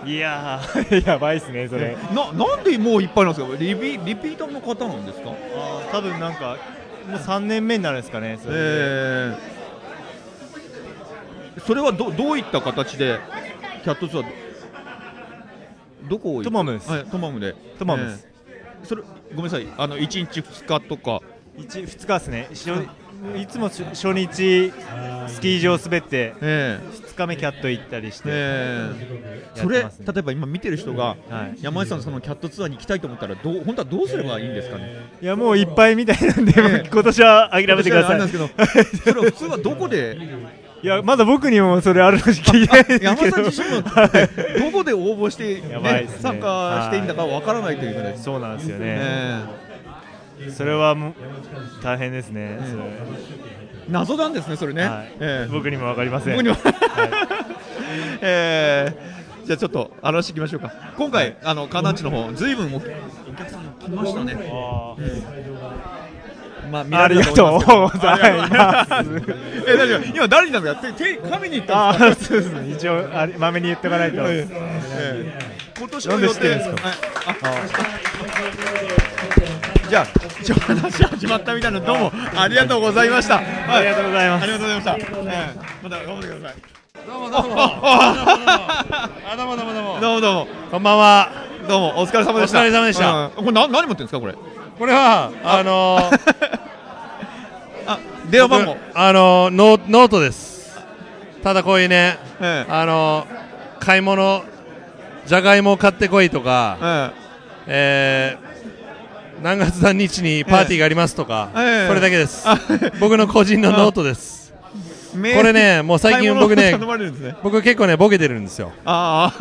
G: いやー (laughs) やばいですね、それ。
A: ななんでもういっぱいなんですかリピリピーターの方なんですか
G: あー多分なんかもう三年目になるんですかね。それで
A: ええそれはどどういった形でキャットツアーどこを行く
G: トマムです
A: はい、トマムで
G: トマムです、
A: ええそれごめんなさいあの一日二日とか
G: 一二日ですね。しょいつもし初日スキー場滑って
A: ええ
G: 二日目キャット行ったりして。
A: ええそれ、
G: やってますね
A: 例えば今見てる人が、
G: はい
A: 山内さんのそのキャットツアーに行きたいと思ったらどう本当はどうすればいいんですかね、
G: いやもういっぱいみたいなんで、
A: え
G: 今年は諦めてくだ
A: 私はあ
G: さ
A: れ
G: い
A: なんで
G: (laughs)
A: すけどそれは普通はどこで
G: いやまだ僕にもそれあるの聞いてないですけど
A: 山内さん自身もどこで応募して、
G: (laughs) やばい
A: ね
G: ですね
A: 参加していいんだかわからないというぐらいです、
G: そうなんですよね、
A: ええ
G: それはもう大変ですね、それ
A: 謎なんですね、それね。
G: はい
A: ええ
G: 僕にも分かりません
A: 僕にも
G: は
A: ええじゃあちょっと話していきましょうか。今回、あのカナンチの方ずいぶんおお客さん来ましたね。
G: あ
A: まあ見
G: ーありがとうございます
A: す。え大丈夫今誰になんですか。手手紙に行っ
G: (laughs)
A: た
G: あ
A: んです
G: ーそ
A: か。
G: うですね一応あれまめに言っておかないと
A: ええ今年
G: な
A: の
G: んで
A: 予
G: 知ってるん
A: 定
G: ですか
A: はいあじゃあ一応話始まったみたいなのどうもありがとうございました。
G: あ
A: は
G: りがとうございま
A: あ
G: す
A: りがとうございました。ええまた頑張ってください。
F: どうもどうもあどうもどうもどう
A: ど
F: も
A: うもどうも
F: こんばんは
A: どうもお疲れ様でした。
F: お疲れ様でした
A: うん。これな何持ってるんですかこれ。
F: これはあのー
A: あ電話番号。
F: 僕あのーノノートですただこういうね
A: ええ
F: あのー買い物じゃがいもを買ってこいとか、
A: え
F: えー何月何日にパーティーがありますとか、
A: ええ
F: それだけです
A: あ
F: 僕の個人のノートです
A: え (laughs) メール
F: これねもう最近僕ね
A: 買い物を頼まれるんですね。
F: 僕結構ねボケてるんですよ
A: あ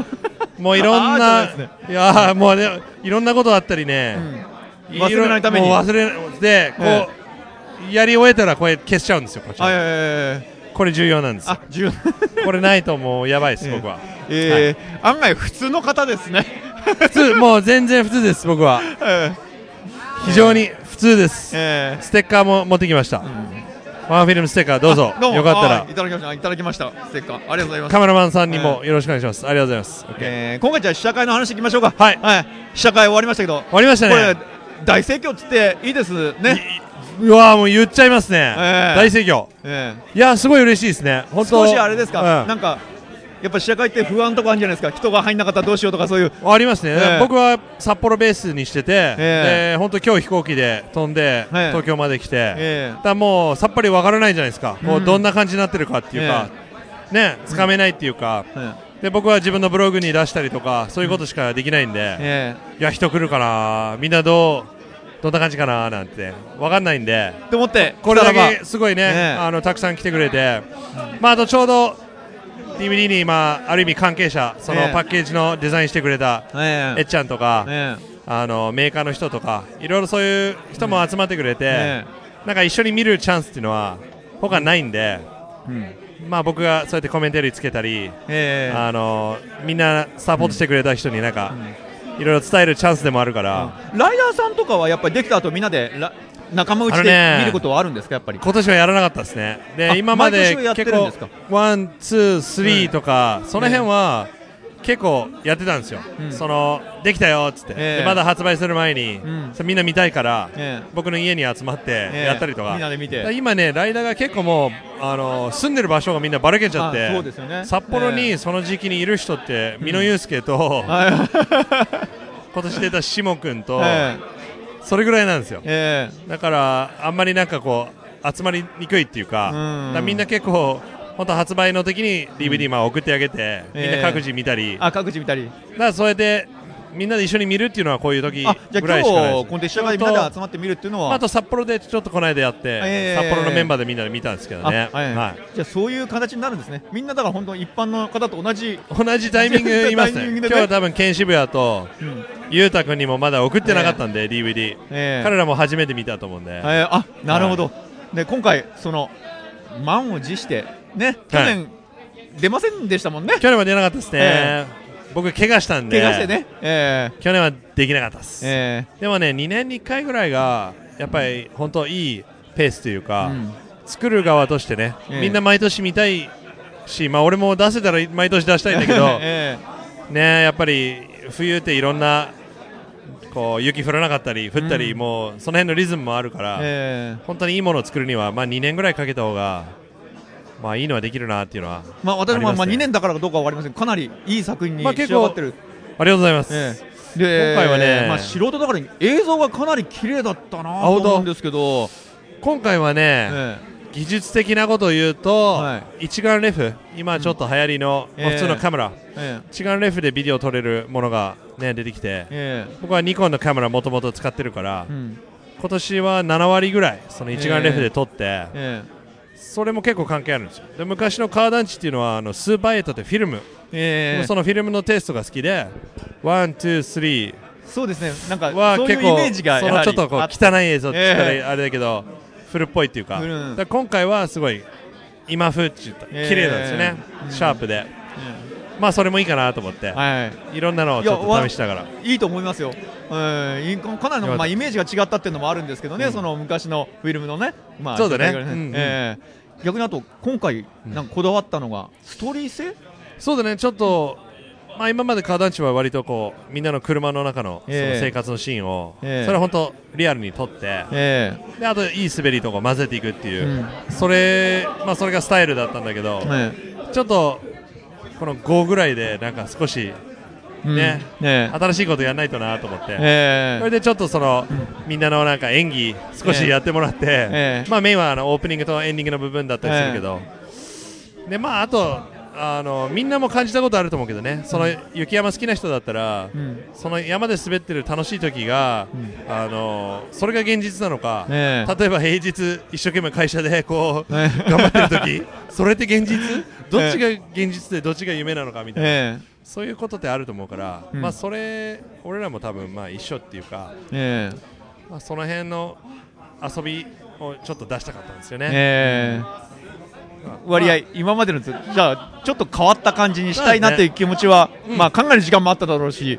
F: もういろん
A: あー
F: な
A: じゃない
F: いやーもうねいろんなことあったりね、
A: あ忘れないために。
F: もう
A: はい
F: 忘れでこう、
A: え
F: やり終えたらこれ消しちゃうんですよこっち
A: はいはいはい。
F: これ重要なんです
A: あ重要。
F: これないともうやばいです、
A: ええ
F: 僕は
A: ええ案外普通の方ですね。 (laughs)
F: 普通もう全然普通です僕は
A: え
F: 非常に普通です、
A: え
F: ステッカーも持ってきました、ワンフィルムステッカーどうぞ
A: あどうも
F: よかった
A: あ
F: ら
A: いただきましたいただきましたステッカーありがとうございます
F: カ。メラマンさんにもよろしくお願いします、ありがとうございます、OK
A: えー今回じゃあ試写会の話いきましょうか
F: はい
A: 試写会終わりましたけど
F: 終わりました
A: これ
F: ね
A: 大盛況っつっていいですね
F: うわーもう言っちゃいますね、
A: ええ
F: 大盛況
A: え
F: いやーすごい嬉しいですね本
A: ー
F: 当
A: 少しあれですか、
F: うん
A: なんかやっぱ試写会って不安とかあるんじゃないですか人が入んなかったらどうしようとかそういう
F: ありますね、
A: ええ
F: 僕は札幌ベースにしてて、
A: え
F: で本当、今日飛行機で飛んで、
A: ええ
F: 東京まで来て、
A: え
F: だからもうさっぱりわからないじゃないですか、こうどんな感じになってるかっていうか、ね、つかめないっていうか、
A: え
F: で、僕は自分のブログに出したりとか、そういうことしかできないんで、
A: え
F: いや、人来るかな、みんなどう、どんな感じかななんて、わかんないんで、
A: えと思って
F: これだ
A: 来たら
F: けすごいね、
A: ええ
F: あのたくさん来てくれて、まあ、あとちょうど DVD に、まあ、ある意味関係者、そ
A: え
F: の
A: え
F: パッケージのデザインしてくれた。
A: ばえ
F: えっちゃんとか、
A: え
F: あのメーカーの人とかいろいろそういう人も集まってくれて、
A: え
F: なんか一緒に見るチャンスっていうのは他ないんで、
A: うん
F: まあ、僕がそうやってコメントよりつけたり、
A: ええ
F: あのみんなサポートしてくれた人になんか、いろいろ伝えるチャンスでもあるから、
A: ライダーさんとかはやっぱりできた後みんなでら仲間内
F: あの
A: で
F: ね
A: 見ることはあるんですかやっぱり
F: 今年はやらなかったですね
A: あ
F: で今ま
A: 毎
F: で
A: 年やって
F: 結
A: るんで
F: 構
A: すか
F: ワンツースリーとか、その辺は、結構やってたんですよ、
A: うん
F: そのできたよっつって、
A: ええ
F: でまだ発売する前に、
A: ん
F: それみんな見たいから、
A: ええ
F: 僕の家に集まって
A: ええ
F: やったりとか,、
A: みんなで見て
F: 今ね、ライダーが結構もうあの住んでる場所がみんなばらけちゃって、
A: あそうですよね
F: 札幌
A: え
F: にその時期にいる人って、美濃祐介と、今年出たしもくんと、
A: え
F: それぐらいなんですよ。
A: (laughs) え
F: だからあんまりなんかこう集まりにくいっていうか
A: うん
F: だからみんな結構本当発売の時に DVD まあ送ってあげて、
A: ええ
F: みんな各自見たり、
A: あ各自見たり
F: だからそれでみんなで一緒に見るっていうのはこういう時
A: あじゃあ
F: ぐ
A: 今
F: らい
A: 日
F: しかないです
A: この列車会みんなで集まって見るっていうのは、
F: あと札幌でちょっとこの間やって、
A: ええ
F: 札幌のメンバーでみんなで見たんですけど
A: あ
F: ね、
A: はいじゃあそういう形になるんですねみんなだから本当に一般の方と同じ
F: い同じタイミングいま
A: (laughs)
F: す
A: タイ
F: ね
A: ミングで
F: 今
A: ね
F: 日は多分ケン渋谷と、
A: ん
F: ゆうたくんにもまだ送ってなかったんで、DVD、
A: ええ
F: 彼らも初めて見たと思うんで、
A: えーあなるほど、で今回その満を持してね去年、出ませんでしたもんね
F: 去年は出なかったですね、
A: え
F: 僕怪我したんで
A: 怪我してねえ
F: 去年はできなかったです、
A: ー、え
F: でもね2年に1回ぐらいがやっぱり本当いいペースというか、
A: ーうん
F: 作る側としてね、
A: ええ
F: みんな毎年見たいし、まあ、俺も出せたら毎年出したいんだけど
A: (laughs) え
F: ねやっぱり冬っていろんなこう雪降らなかったり降ったり、
A: うん
F: もうその辺のリズムもあるから
A: ー、え
F: 本当にいいものを作るには、まあ、2年ぐらいかけた方が、まあ、いいのはできるなっていうのは
A: ーまあ私もま
F: あ
A: あ
F: りますね
A: 2年だからかどうかは分かりませんがかなりいい作品に
F: まあ
A: 仕
F: 結
A: 上
F: 構
A: がってる、
F: ありがとうございます、
A: えーで
F: 今回はね
A: まあ、素人だから映像がかなり綺麗だったなと
F: 本当
A: 思うんですけど、
F: 今回はね、
A: えー
F: 技術的なことを言うと、
A: は
F: 一眼レフ今ちょっと流行りの、
A: うん
F: まあ
A: えー
F: 普通のカメラ、
A: えー
F: 一眼レフでビデオ撮れるものが、ね、出てきて、
A: え
F: 僕はニコンのカメラもともと使ってるから、
A: ーうん
F: 今年は7割ぐらいその一眼レフで撮って、
A: えー
F: それも結構関係あるんですよで昔のカーダンチっていうのはあのスーパーエイトってフィルム、
A: えー
F: そのフィルムのテイストが好きでワン、ツー、スリー
A: そうですねなんか
F: は
A: そうい
F: 結
A: う
F: 構
A: イメージが
F: そ
A: やは
F: の
A: り
F: ちょっとこう
A: あ
F: 汚い映像って言った
A: ええ
F: らあれだけど、古っぽいっていうか,、
A: 古い
F: 今回はすごい今風って言ったら
A: ええ
F: 綺麗なんですよね、シャープで、まあそれもいいかなと思って、
A: はい
F: い、ろんなのをちょっ
A: いや
F: と
A: わ
F: 試しながら
A: いいと思いますよ、うんいかなり
F: よか
A: の、
F: った
A: まあ、イメージが違ったっていうのもあるんですけどね、その昔のフィルムのね、まあ、
F: そうだね
A: 状態から
F: うんうん
A: ええ逆にあと、今回、なんかこだわったのが、ストーリー性、
F: そうだねちょっと、まあ、今までカーダンチは割とこうみんなの車の中のその
A: ええ
F: 生活のシーンを、
A: ええ
F: それは本当リアルに撮って、
A: え
F: であといい滑りとか混ぜていくっていう、
A: う
F: それまあそれがスタイルだったんだけど、
A: ええ
F: ちょっとこの5ぐらいでなんか少し
A: えうん
F: ね
A: ええ
F: 新しいことやらないとなと思って、
A: え
F: それでちょっとその、みんなのなんか演技少しやってもらって、
A: ええ
F: まあメインはあのオープニングとエンディングの部分だったりするけど、でまああとあのみんなも感じたことあると思うけどねその雪山好きな人だったら、
A: ん
F: その山で滑ってる楽しい時が、あのそれが現実なのか、
A: ええ
F: 例えば平日一生懸命会社でこう、
A: ええ
F: 頑張ってる時それって現実どっちが現実でどっちが夢なのかみたいな。
A: え
F: そういうことってあると思うから、
A: うん
F: まあそれ俺らも多分まあ一緒っていうか、
A: ええ
F: まあ、その辺の遊びをちょっと出したかったんですよね。
A: ええ割合、今までのとじゃあちょっと変わった感じにしたいなっていう気持ちは、
F: うん
A: まあ、考える時間もあっただろうし、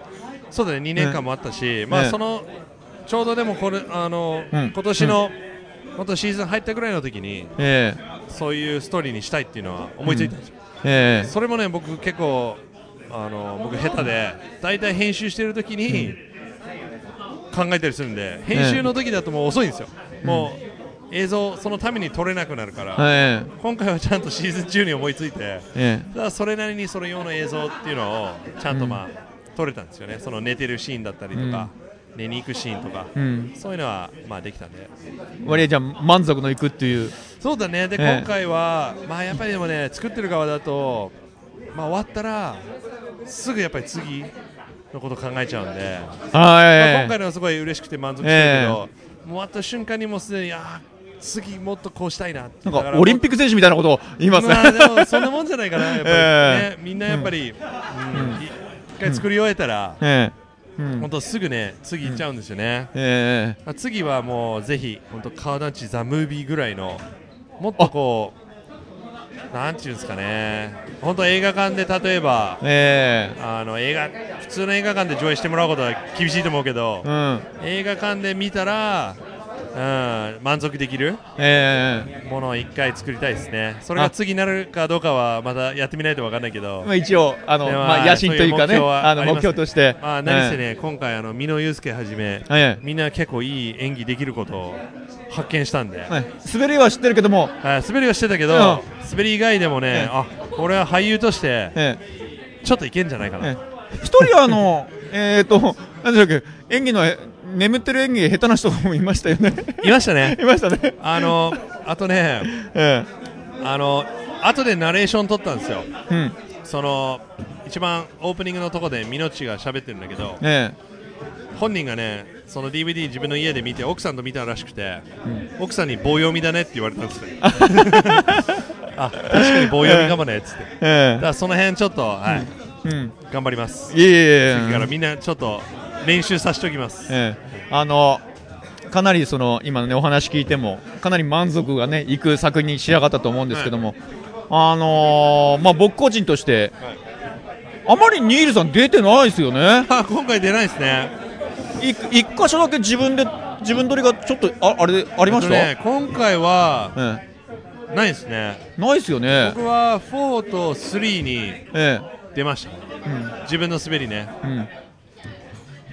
F: そうだね2年間もあったし、ま
A: え
F: あ
A: え
F: そのちょうどでもこれあの、
A: うん
F: 今年の、本当シーズン入ったぐらいの時に
A: ええ
F: そういうストーリーにしたいっていうのは思いついたんですよ。
A: ええ
F: それもね僕結構あの僕下手で大体編集してる時に考えたりするんで編集の時だともう遅いんですよ、もう映像そのために撮れなくなるから、
A: ええ
F: 今回はちゃんとシーズン中に思いついて
A: え
F: だからそれなりにそれ用の映像っていうのをちゃんとまあ、撮れたんですよねその寝てるシーンだったりとか、寝に行くシーンとか、
A: えうん、
F: そういうのはまあできたんで
A: 割合じゃあ満足のいくっていう。
F: そうだねで、
A: ええ
F: 今回は、まあ、やっぱりでもね作ってる側だと、まあ、終わったらすぐやっぱり次のこと考えちゃうんで、まあ
A: はい
F: 今回のはすごい嬉しくて満足してるけど、もう終わった瞬間にもうすでにあー次もっとこうしたいなって
A: なんかオリンピ
F: ッ
A: ック選手みたいなことを言いますね。
F: まあ
H: (laughs)
F: でもそんなもんじゃないかなやっぱり、
A: え
F: ね、みんなやっぱり、うんい一回作り終えたら、
A: ええうん
F: 本当すぐね次行っちゃうんですよね。
A: ええ
F: あ次はもうぜひ本当カーダンチザムービーぐらいのもっとこうなんていうんですかね本当映画館で例えば
A: え
F: あの映画普通の映画館で上映してもらうことは厳しいと思うけど
A: えうん
F: 映画館で見たらうん、満足できる
H: え
F: ものを一回作りたいですね。それが次になるかどうかはまたやってみないとわかんないけど
H: え。まあ、一応あの、
F: では
H: まあ、野心というか
F: そういう目
H: ね
F: 標は
H: あの
F: あり
H: 目
F: ます
H: 標として
F: まあ何せね、今回あの美濃祐介はじめ、
H: えええ
F: みんな結構いい演技できることを発見したんで、
H: えはい滑りは知ってるけども、
F: あ滑りはしてたけど、
H: うん
F: 滑り以外でもね、
H: ええ
F: あこれは俳優として
H: え
F: ちょっといけんじゃないか
H: ええ
F: な、
H: え一人はあのえっと何でしたっけ演技のえ眠ってる演技下手な人もいましたよね (laughs)
F: いましたね
H: いましたね
F: あのあとね
H: え
F: あの後でナレーション撮ったんですよ
H: えうん
F: その一番オープニングのとこでみのちが喋ってるんだけど
H: え
F: 本人がねその DVD 自分の家で見て奥さんと見たらしくて、奥さんに棒読みだねって言われたん
H: (laughs)
F: ですよ (laughs) あ確かに棒読みかもねっつって
H: ええ
F: だからその辺ちょっと、はい
H: えうん
F: 頑張ります
H: いえいえ
F: だからみんなちょっと練習させておきます、
H: ええあのかなりその今のねお話聞いてもかなり満足がねいく作品に仕上がったと思うんですけども、あのーまあ僕個人として、あまりニールさん出てないですよね。
F: あ今回出ないですね
H: い一箇所だけ自分で自分撮りがちょっとああれありました。
F: えっとね、今回は
H: え
F: ないですね
H: えないですよね。
F: 僕は4と3に
H: え
F: 出ました、自分の滑りね
H: えうん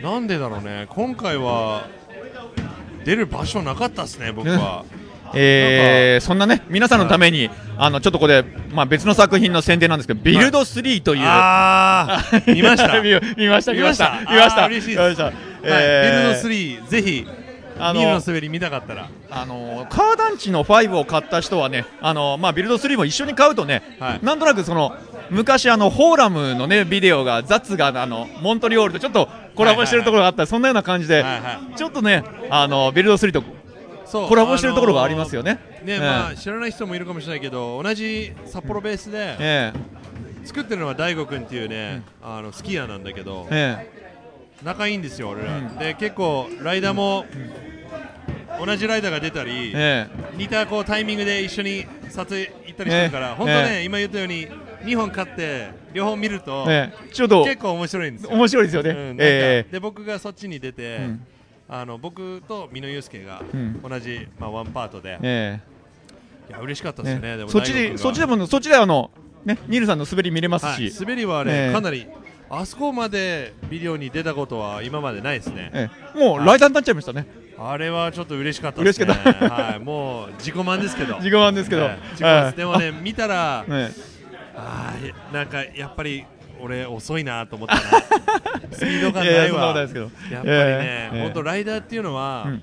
F: なんでだろうね今回は出る場所なかったですね僕
H: (laughs)
F: は
H: えーそんなね皆さんのために、あのちょっとここで、まあ、別の作品の宣伝なんですけど「ビルド3」という、
F: ああ (laughs) 見ました
H: (laughs) 見見ました見ました
F: 見ました
H: 見まし
F: あ
H: た
F: ー嬉しいです
H: 見ました
F: は
H: え
F: い、
H: ー
F: ビルド3、ぜひ、
H: あの
F: ビルの滑り見たかったら、
H: あのーカーダンチの5を買った人はね、あのーまあ、ビルド3も一緒に買うとね、
F: はい
H: なんとなくその昔、あのフォーラムの、ね、ビデオがザツがあのモントリオールとちょっとコラボしてるところがあったり、そんなような感じで、
F: はいはい
H: ちょっとね、あのービルド3と
F: そう
H: コラボしてるところがありますよね。
F: あのーね
H: ええ
F: まあ、知らない人もいるかもしれないけど、同じ札幌ベースで
H: え
F: 作ってるのは大悟君っていうね、あのスキーヤーなんだけど
H: え、ええ
F: 仲いいんですよ、俺
H: う
F: ら。
H: ん
F: で、結構、ライダーも同じライダーが出たり、
H: え
F: 似たこうタイミングで一緒に撮影行ったりしてるか
H: え
F: ら、
H: え
F: 本当ね、
H: え
F: 今言ったように、2本勝って、両方見ると
H: え、ええちょっと
F: 結構面白いんですよ。
H: 面白いですよね。
F: うんなんか
H: ええ
F: で僕がそっちに出て、
H: うん
F: あの僕と美濃祐介が
H: うん
F: 同じ、まあ、ワンパートで、
H: え
F: いや嬉しかった
H: え
F: ですよね、で
H: ね
F: も
H: そっち
F: 大悟君
H: で
F: が
H: そっちでもそっちであの、ね、ニールさんの滑り見れます
F: はい
H: し、
F: 滑りはね、
H: ええ
F: かなりあそこまでビデオに出たことは今までないですね、
H: ええもうライダーになっちゃいましたね。
F: あれはちょっと嬉しかったですね
H: 嬉しかった
F: はい、もう自己満です
H: (laughs)
F: けど
H: 時間なんですけど、
F: ええ自己満ですでも
H: え
F: ね見たら、
H: えええ
F: あーなんかやっぱり俺遅いなと
H: (laughs)
F: 思ったなスピード感
H: いや
F: ないい
H: やそんなこ
F: わ
H: とないですけど
F: やっぱりね、
H: ええええ
F: 本当ライダーっていうのは、
H: うん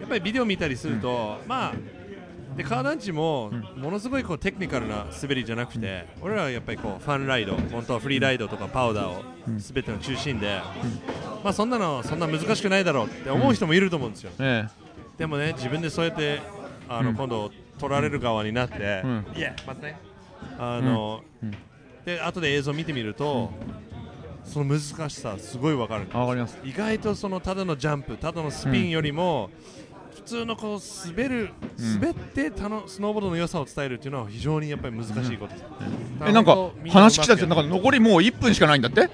F: やっぱりビデオ見たりすると、まあでカーダンチもものすごいこうテクニカルな滑りじゃなくて、俺らはやっぱりこうファンライド本当はフリーライドとかパウダーを全ての中心で、まあそんなのそんな難しくないだろうって思う人もいると思うんですよ、
H: え
F: でもね自分でそうやってあの、
H: うん
F: 今度取られる側になって、
H: うん
F: いや待ってねあの、で後で映像見てみると、その難しさすごいわかる
H: えわかります。
F: 意外とそのただのジャンプただのスピンよりも、普通のこう滑る
H: うん
F: 滑ってたの、スノーボードの良さを伝えるっていうのは非常にやっぱり難しいことです、
H: えなんか話聞きたいですよなんか残りもう一分しかないんだって。はい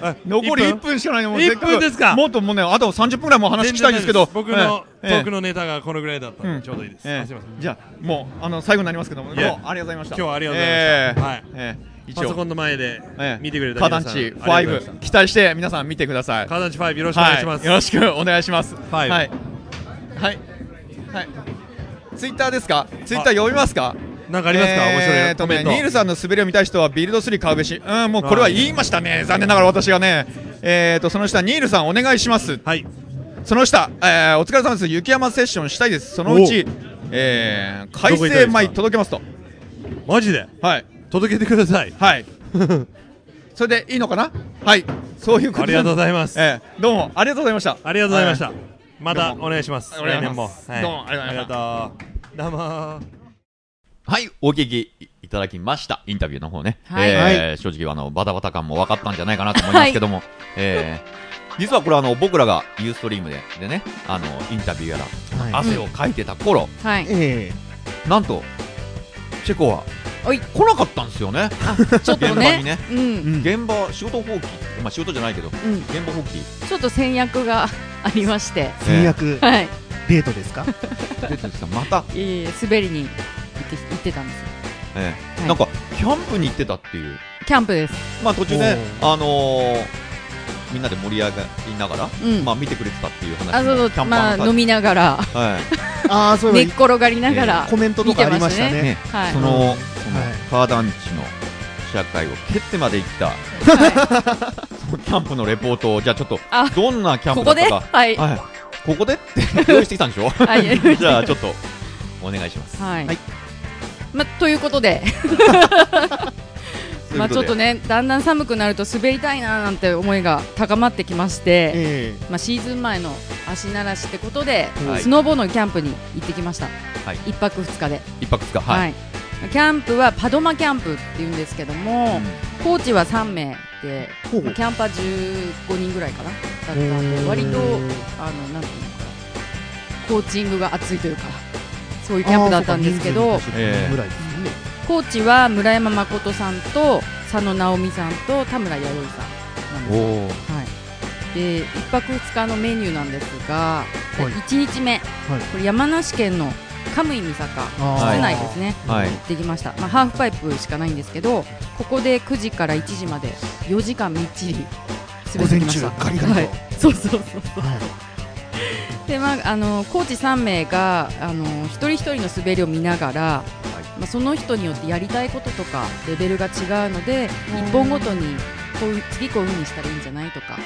F: あ。
H: 残り
F: 一
H: 一
F: 分
H: 分しかないのもう
F: 一
H: せっく
F: 分ですか
H: もっともうねあと三十分ぐらいもう話聞きたいんですけど。
F: 僕の、
H: ええ
F: トークのネタがこのぐらいだった
H: え
F: ん
H: え
F: でちょうどいいです、
H: ええ
F: あすいません
H: じゃあもうあの最後になりますけども、
F: いえ
H: もうありがとうございました。
F: 今日はありがとうございました
H: ええええ
F: パソコンの前で見てくれた
H: カダ
F: 皆
H: ン
F: さん、
H: チフ
F: あ
H: ァイ
F: りがとうございま
H: ブ
F: した
H: 期待して皆さん見てください。
F: カーダンチ5よろしくお願いします、
H: はい、よろしくお願いします。
F: はい
H: はい。はい。はい。ツイッターですか。ツイッター読みますか。
F: なんかありますか、面白
H: え
F: い
H: ーと
F: コメ
H: ね、
F: ント
H: ニールさんの滑りを見たい人はビルド3買うべし、うん、もうこれは言いましたね、残念ながら私がね、えー、とその下、ニールさん、お願いします、
F: はい
H: その下、えーお疲れ様です、雪山セッションしたいです、そのうち、えー、改正米届けますと、
F: マジで
H: はい、
F: 届けてください
H: はい、 (laughs) それでいいのかな、はい、そういうこと
F: ありがとうございます、
H: えーどうもありがとうございました。
F: ありがとうございました、
H: は
F: またお願いします
H: お願い
F: 来
H: し
F: 年も
H: ま、すどうもありがとうございました
F: ありがとうどうも
A: はい、お聞きいただきました。インタビューの方ね。
C: はい
A: えー
B: は
A: 正直、あの、バタバタ感も分かったんじゃないかなと思いますけども。えー実はこれ、あの、僕らがユーストリームででね、あの、インタビューやら、
B: はい
A: 汗をかいてた頃、
C: はい。
B: え
A: なんと、チェコは、
C: はい
A: 来なかったんですよね。
C: (laughs) ちょっと
A: 現場に
C: ね
A: ね。
C: うん、
A: 現場、仕事放棄。まあ、仕事じゃないけど、
C: うん、
A: 現場放棄。
C: ちょっと戦略が (laughs) ありまして。
B: え、戦略、
C: はい。
B: デートですか
A: 出てるんですかまた、
C: いえいえ滑りに行って行ってたんですよ
A: ええ
C: はい
A: なんかキャンプに行ってたっていう
C: キャンプです
A: まあ途中ねあのーみんなで盛り上がりながら、
C: うん
A: まあ見てくれてたっていう話
C: あそうそう
A: キャンパ
C: ま
A: ーの
C: あ飲
A: み、
C: みながら
A: はい
B: (laughs) ああ、そうい
C: 寝
B: え
C: っ転がりながら
B: ば、コメントとかありましたね。
A: ね
C: はい
A: その,、そ
B: うん
A: の
B: はい
A: カーダンチの社会を蹴ってまで行った
C: は
A: そのキャンプのレポートをじゃあちょっと
C: あ
A: どんなキャ
C: い
A: ンプ
C: こ
A: だ
C: こ
A: っ
C: で
A: たか
C: はい
A: はい、ここでって用意してきたんでしょ
C: はい
A: じゃあちょっとお願いします
C: はい、
B: はい
C: ま、ということでまあちょっと
A: ね
C: ねだんだん寒くなると滑りたいななんて思いが高まってきまして、
B: え
C: まあ、シーズン前の足慣らしってことで、
A: はい
C: スノーボードのキャンプに行ってきました、
A: はい
C: 一泊二日で、
A: 一泊二日
C: は
A: はい
C: キャンプはパドマキャンプっていうんですけども、コーチは3名
B: え
C: で、
B: ほう
C: まあキャンパー15人ぐらいかなだったん
B: へ
C: で
B: ー
C: 割とあのなんていうのかなコーチングが熱いというかそういうキャンプだったんですけど
B: あーそうか人数の確かにぐらいですね
C: コーチは村山誠さんと佐野直美さんと田村弥生さんなんですよ
A: おお
C: はい、で1泊2日のメニューなんです
B: は
C: が、
B: い
C: 1日目、これ山梨県のカムイ三坂
B: あー
C: 室内ですね、
A: はい
C: 行ってきました、まあ、ハーフパイプしかないんですけどここで9時から1時まで4時間みっちり滑ってきました
B: 午前中ガリガリと
C: はい、そうそうそう
B: はい
C: でまあ、あのコーチ3名があの一人一人の滑りを見ながら、まあ、その人によってやりたいこととかレベルが違うので1本ごとにこういう次こういうふうにしたらいいんじゃないとか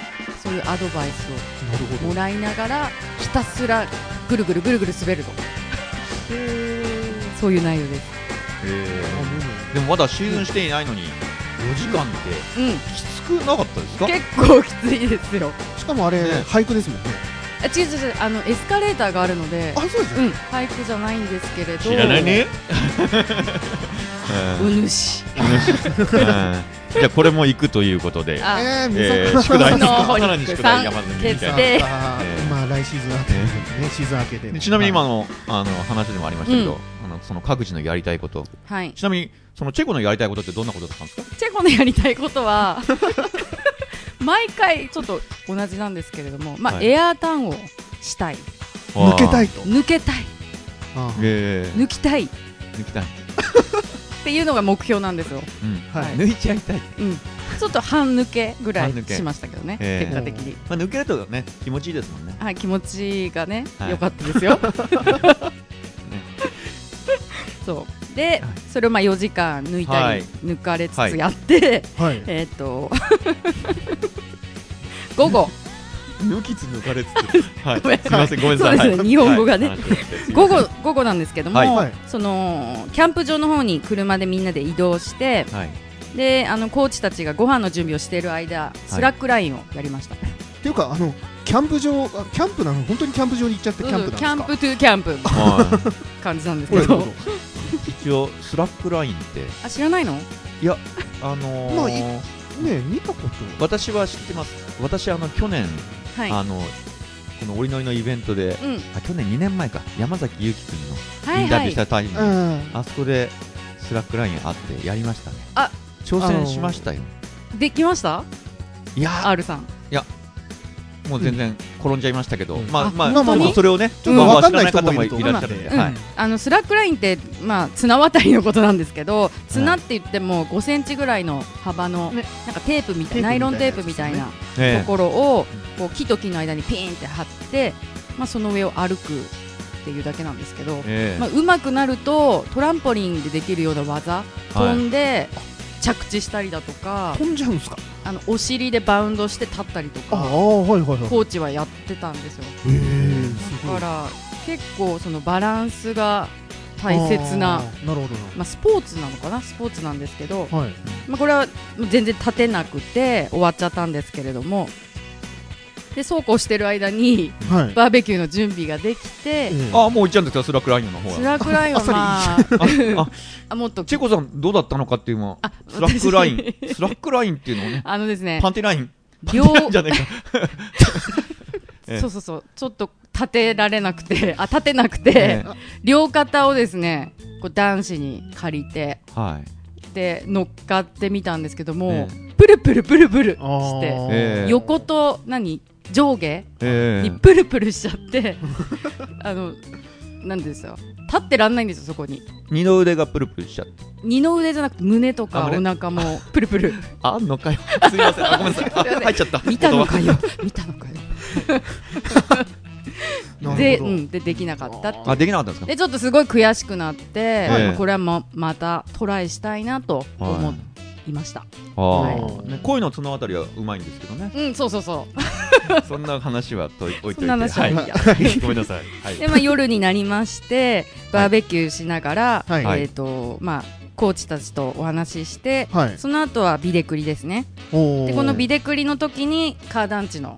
C: そういうアドバイスをもらいながらひたすらぐるぐるぐるぐる滑るとそういう内容です、
A: でもまだシーズンしていないのに4時間って
C: うん、
A: きつくなかったです (laughs) か
C: 結構きついですよ
B: しかもあれ、俳句ですもんね。
C: あ違う違う違うあのエスカレーターがあるので
B: あ、そうです
C: う
B: よ。
C: ん、俳句じゃないんですけれど
A: ね
C: お主
A: じゃあこれも行くということで
C: あ
B: えー、み
A: えー
B: さ
A: 宿題
C: あ
A: に
B: (laughs)
C: の
A: さらに宿題山積みみたいな
C: で
B: あーまあ、来シーズン明けてね、シーズン明けてね。
A: ちなみに今
B: はい
A: のあの話でもありましたけ
C: う
A: どあのその各自のやりたいこと
C: はい
A: ちなみにそのチェコのやりたいことってどんなことだったんですか
C: チェコのやりたいこ
A: (laughs)
C: とは毎回ちょっと同じなんですけれども、まあ
A: はい
C: エアーターンをしたい
B: 抜けたいと。
C: 抜けたい
B: あー
A: え
C: 抜きたいっ
A: 抜きたい
C: ていうのが目標なんですよ、
B: はい
A: 抜いちゃいたい
C: うん、ちょっと半抜けぐらい
A: 半抜け
C: しましたけどね、
A: ええ
C: 結果的に、
A: まあ抜けるとね気持ちいいですもんね
C: はい、気持ちがね良、
A: はい
C: かったです
A: (laughs)
C: よそうで、それをまあ4時間抜いたり、
A: はい
C: 抜かれつ
A: は
C: つ
A: い
C: やって、
B: はい。
C: えーっと (laughs) 午後
A: 抜きつ抜かれつ (laughs) つはい
C: ごめん
A: すみませんごめんなさい
C: そうですね
A: はい
C: 日本語がね
A: はい話してて
C: 午後午後なんですけども、
A: はい
B: はい
C: そのキャンプ場の方に車でみんなで移動して
A: はい
C: であのコーチたちがご飯の準備をしている間スラックラインをやりました、
B: っていうか、あの、キャンプ場、あキャンプなの、本当にキャンプ場に行っちゃって、キャンプなんです
C: キ
B: か。
C: ャンプトゥキャンプ
A: は
C: 感じなんです
B: ほ
C: け
B: らほ
C: ど
B: らほ
A: い一応スラックラインって
C: あ知らないの
A: あの
B: まあい
A: ー
B: らねえ、見たこと。
A: 私は知ってます私あの去年
C: はい
A: あのこの折りのりのイベントで
C: うん
A: あ去年2年前か山崎ゆうきくんの
C: はい
A: インタ
C: は
A: ビューし
C: い
A: たタイミング
B: うん。
A: あそこでスラックラインあってやりましたね
C: あ
A: 挑戦しましたよ
C: できました
A: いや
C: R さん
A: ーもう全然転んじゃいましたけど
B: うん
A: まあ
C: あ
A: まあ
B: まあまあ
A: でもそれをね
B: ちょっとわかんない人もいると
A: いらっしゃるんで
C: うん
A: はい
C: あのスラックラインって、まあ、綱渡りのことなんですけど綱って言っても5センチぐらいの幅のなん
B: ね
C: かテープみた
B: テープみた
C: い
B: いな
C: ナイロンテープみたいなと
A: ええ
C: ころをこう木と木の間にピーンって貼って、まあ、その上を歩くっていうだけなんですけど、
A: え
C: まあ、上手くなるとトランポリンでできるような技
A: えは
C: 飛んで着地したりだとか
B: 飛んじゃうんですか。
C: あのお尻でバウンドして立ったりと
B: ああ
C: か
B: ー、はいはいはい。
C: コーチはやってたんですよ
B: へえ、すご
C: だ
B: い。
C: から結構そのバランスが大切な
B: あー。なるほどな。
C: まあ、スポーツなのかなスポーツなんですけ
B: は
C: ど、
B: い。
C: まあ、これは全然立てなくて終わっちゃったんですけれどもでそうこうしてる間に
B: はい。
C: バーベキューの準備ができて、
B: ええ
A: あもう行っちゃうんですかスラックラインの方
C: ス
A: は
C: ラックラインはまあ
A: ああ
C: あもっと
A: チェコさんどうだったのかっていうのはスラックラインスラックラインっていうのをね
C: あのですね
A: パンティライン
C: 両
A: じゃねえかええ
C: そうそうそうちょっと立てられなくてあ立てなくて、
A: え
C: 両肩をですねこう男子に借りて
A: はい
C: で乗っかってみたんですけども、
A: え
C: プルプルプルプル
B: あ
C: して
B: ー
A: ええ
C: 横と何上下
A: え
C: にプルプルしちゃって、 (laughs) あのなんですよ立ってらんないんですよそこに
A: 二の腕がプルプルしちゃって
C: 二の腕じゃなくて胸と
A: あ
C: かお
A: 胸
C: 腹もプルプル
A: あんのかよすいません
C: (laughs)
A: あごめんなさいあ
C: すいません
A: 入っちゃった
C: 見たの
A: 言葉
C: かよ見たのかよ
B: なるほど
C: で,、うん、でできなかったっていう
A: あできなかったんですか
C: でちょっとすごい悔しくなって、
A: はい
C: まあこれはままたトライしたいなと思いました、
A: ああ、
C: はい
A: ね、恋の角あたりはうまいんですけどね
C: うんそうそうそう
A: そんな話はとい置い
C: そ
A: と
C: ん
A: いて
C: な話はいいや、
F: ごめんなさい。はい。
C: でまあ夜になりましてバーベキューしながら、
B: はい
A: はい
C: えっ、とまあコーチたちとお話しして、
B: はい
C: その後はビデクリですね
B: おー
C: でこのビデクリの時にカー団地の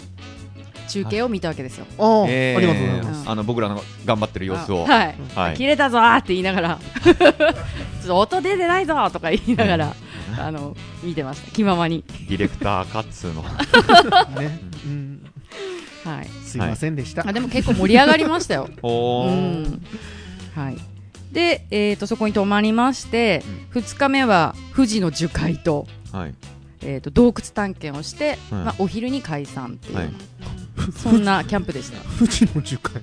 C: 中継を見たわけですよ、
B: あー、
A: えー
B: ありがとうございます
C: ます
A: あの僕らの頑張ってる様子を
C: あはい
A: はい
C: 切れたぞーって言いながら (laughs) ちょっと音出てないぞーとか言いながらあの見てました気ままに、
A: ディレクターカッツーの
B: ね、うん、
C: はい、
B: すいませんでした、
C: あでも結構盛り上がりました
A: (laughs)
C: よ、う
A: (laughs) おー
C: んはい、で、えー、とそこに泊まりまして、2日目は富士の樹海と,、
A: はい
C: えー、と洞窟探検をして、
A: うん
C: まあ、お昼に解散っていう、
A: はい
C: そんなキャンプでした
B: 富士の樹海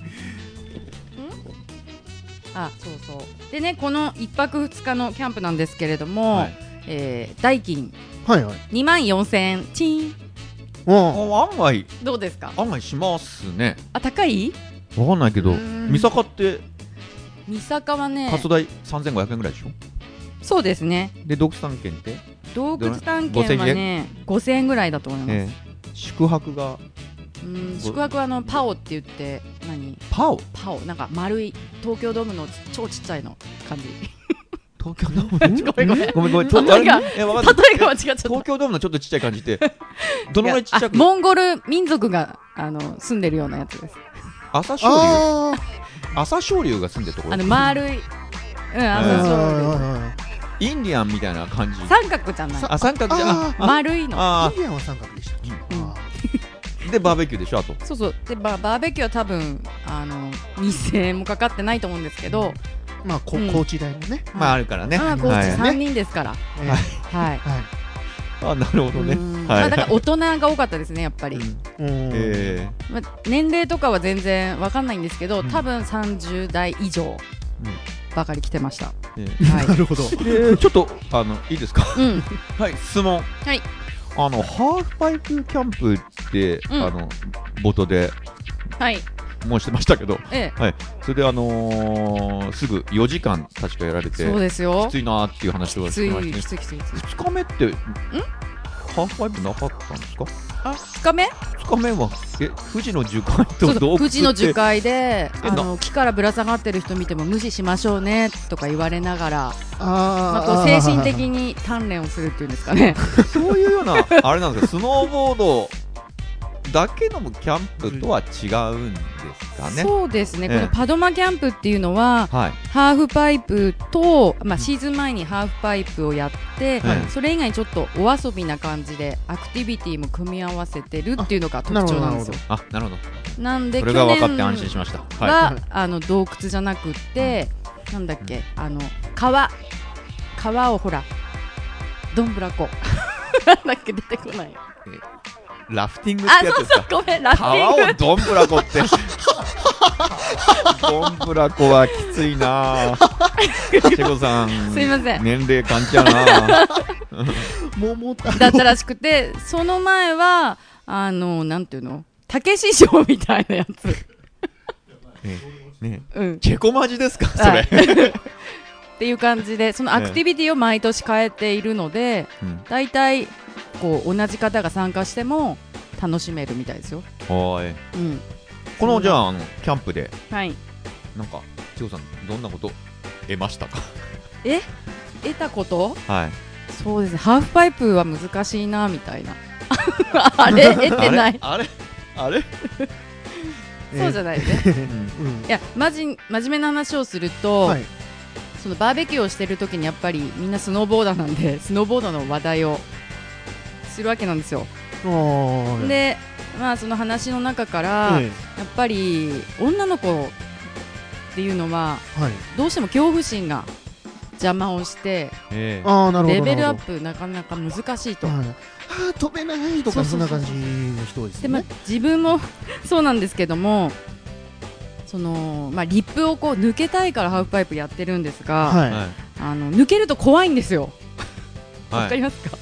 C: あそうそうでねこの1泊2日のキャンプなんですけれども、
A: はい
C: えー代金
B: はいはい
C: 2万4000円チン
B: あ
A: お案外
C: どうですか
A: 案外しますね
C: あ高い
A: わかんないけど
C: うん
A: 三坂って
C: 三坂はね
A: カス代3500円ぐらいでしょ
C: そうですね
A: で洞窟探検って、
C: 洞窟探検はね5000円ぐらいだと思います、
A: えー宿泊が
C: うん宿泊はあのパオって言って何
A: パオ
C: パオなんか丸い東京ドームの超ちっちゃいの感じ
A: 東京ドー (laughs) ム
C: ごめんごめん
A: ごめんごめんと
C: 例えが
A: あれえわかんない
C: 例えが間違っちゃった
A: 東京ドームのちょっとちっちゃい感じ (laughs) ってどのぐらいちっちゃく
C: いやあモンゴル民族があの住んでるようなやつです
A: 朝青龍
B: あー
A: 朝青龍が住んでるところ
C: あの丸いうんあ
A: ー
C: の
B: はい
C: そう
B: はいはい
A: インディアンみたいな感じ
C: 三角じゃない
A: あ三角じゃ
B: あ
A: あ
C: 丸いの
A: あ
B: インディアンは三角でしたっけ
C: うん
B: あ
A: あでバーベキューでしょあと
C: そうそうでババーベキューは多分あの2000円もかかってないと思うんですけど、
B: ーまあこ
C: うん
B: 高知大もね、
A: まああるからね
C: まあコ
A: は
C: ーチ
A: い
C: 3人ですから、
B: えー
C: はい、
B: はい
A: あなるほどね
C: うんま
A: は
C: あ
A: い
C: だから大人が多かったですねやっぱり、
B: うん
A: え
C: まあ、年齢とかは全然わかんないんですけど、多分30代以上ばかり来てま (laughs) した、
A: ーえ
C: はい
B: なるほど
A: ーでちょっとあのいいですか
C: うん、
A: はい質問
C: はい
A: あのハーフパイプキャンプって
C: うん
A: あの冒頭で
C: はい、
A: 申してましたけど
C: ええ、
A: はいそれであのーすぐ4時間確かやられて
C: そうですよ
A: き。ついなーっていう話をし
C: きつ
A: てま
C: い、
A: し
C: き
A: た
C: つい、きつい、きつい。
A: 2日目ってハーフパイプなかったんですか
C: あ、二日目。
A: 2日目はえ富士の樹海と
C: そう
A: 洞
C: そう、
A: 窟
C: 富士の樹
A: って
C: 海 (laughs) で、
A: え
C: あの木からぶら下がってる人見ても無視しましょうねとか言われながら。まあ、
B: あ
C: こう
B: ー
C: 精神的に鍛錬をするっていうんですかね。
A: そういうようなあれなんですかスノーボードだけのキャンプとは違うんですかね
C: そうですね、
A: ええ
C: このパドマキャンプっていうのは。
A: はい
C: ハーフパイプと、まあ、シーズン前にハーフパイプをやって、
A: はい
C: それ以外にちょっとお遊びな感じでアクティビティも組み合わせてるっていうのが特徴なんですよ。
A: あなるほど
C: なんで
A: それが分か
C: 去
A: って
C: 年
A: 安心しましたは
C: が、あの洞窟じゃなくって、なんだっけあの川川をほらどんぶらこ (laughs) なんだっけ出てこないよ
A: いラフティングっ
C: あ
A: てやつ
C: そ
A: で
C: う
A: す
C: そう
A: か
C: ごめんラッピン
A: 川
C: グ
A: をどんぶらこってどんぶらこはきついなぁチェコさん
C: すいません
A: 年齢感じや
C: (laughs)
A: なぁ
B: (laughs) 桃太
C: だったらしくて (laughs) その前はあのなんていうのたけし城みたいなやつ
A: ねね
C: うん
A: チェコマジですかそ
C: は
A: れ、
C: い (laughs) っていう感じでそのアクティビティを毎年変えているので、
A: うん
C: 大体こう同じ方が参加しても楽しめるみたいですよ。
A: はい
C: うん、
A: このじゃああのキャンプで
C: はい
A: なんか千代さんどんなこと得ましたか
C: え得たこと
A: はい
C: そうですねハーフパイプは難しいなみたいな (laughs) あれ得てない
A: (laughs) あれあれ
C: そうじゃないですね
B: うん
C: いやまじ真面目な話をすると、
B: はい
C: そのバーベキューをしてる時にやっぱりみんなスノーボーダーなんでス (laughs) ノーボードの話題をするわけなんですよ、
B: あー
C: でまあその話の中から、
B: え
C: やっぱり女の子っていうのは
B: えはい
C: どうしても恐怖心が邪魔をして
A: ええ
B: ああなるほ
C: レ
B: ど
C: ベルア
B: な
C: ッ
B: るほ
C: プなかなか難しいと
B: どはいあー飛べないとかそんな感じの人多いです
C: で
B: よ
C: まあ
B: ね。、
C: 自分も (laughs) そうなんですけどもその、まあ、リップをこう抜けたいからハーフパイプやってるんですが、
B: は
C: あの抜けると怖いんですよ。わ、
A: は
C: かり
A: い。
C: ますか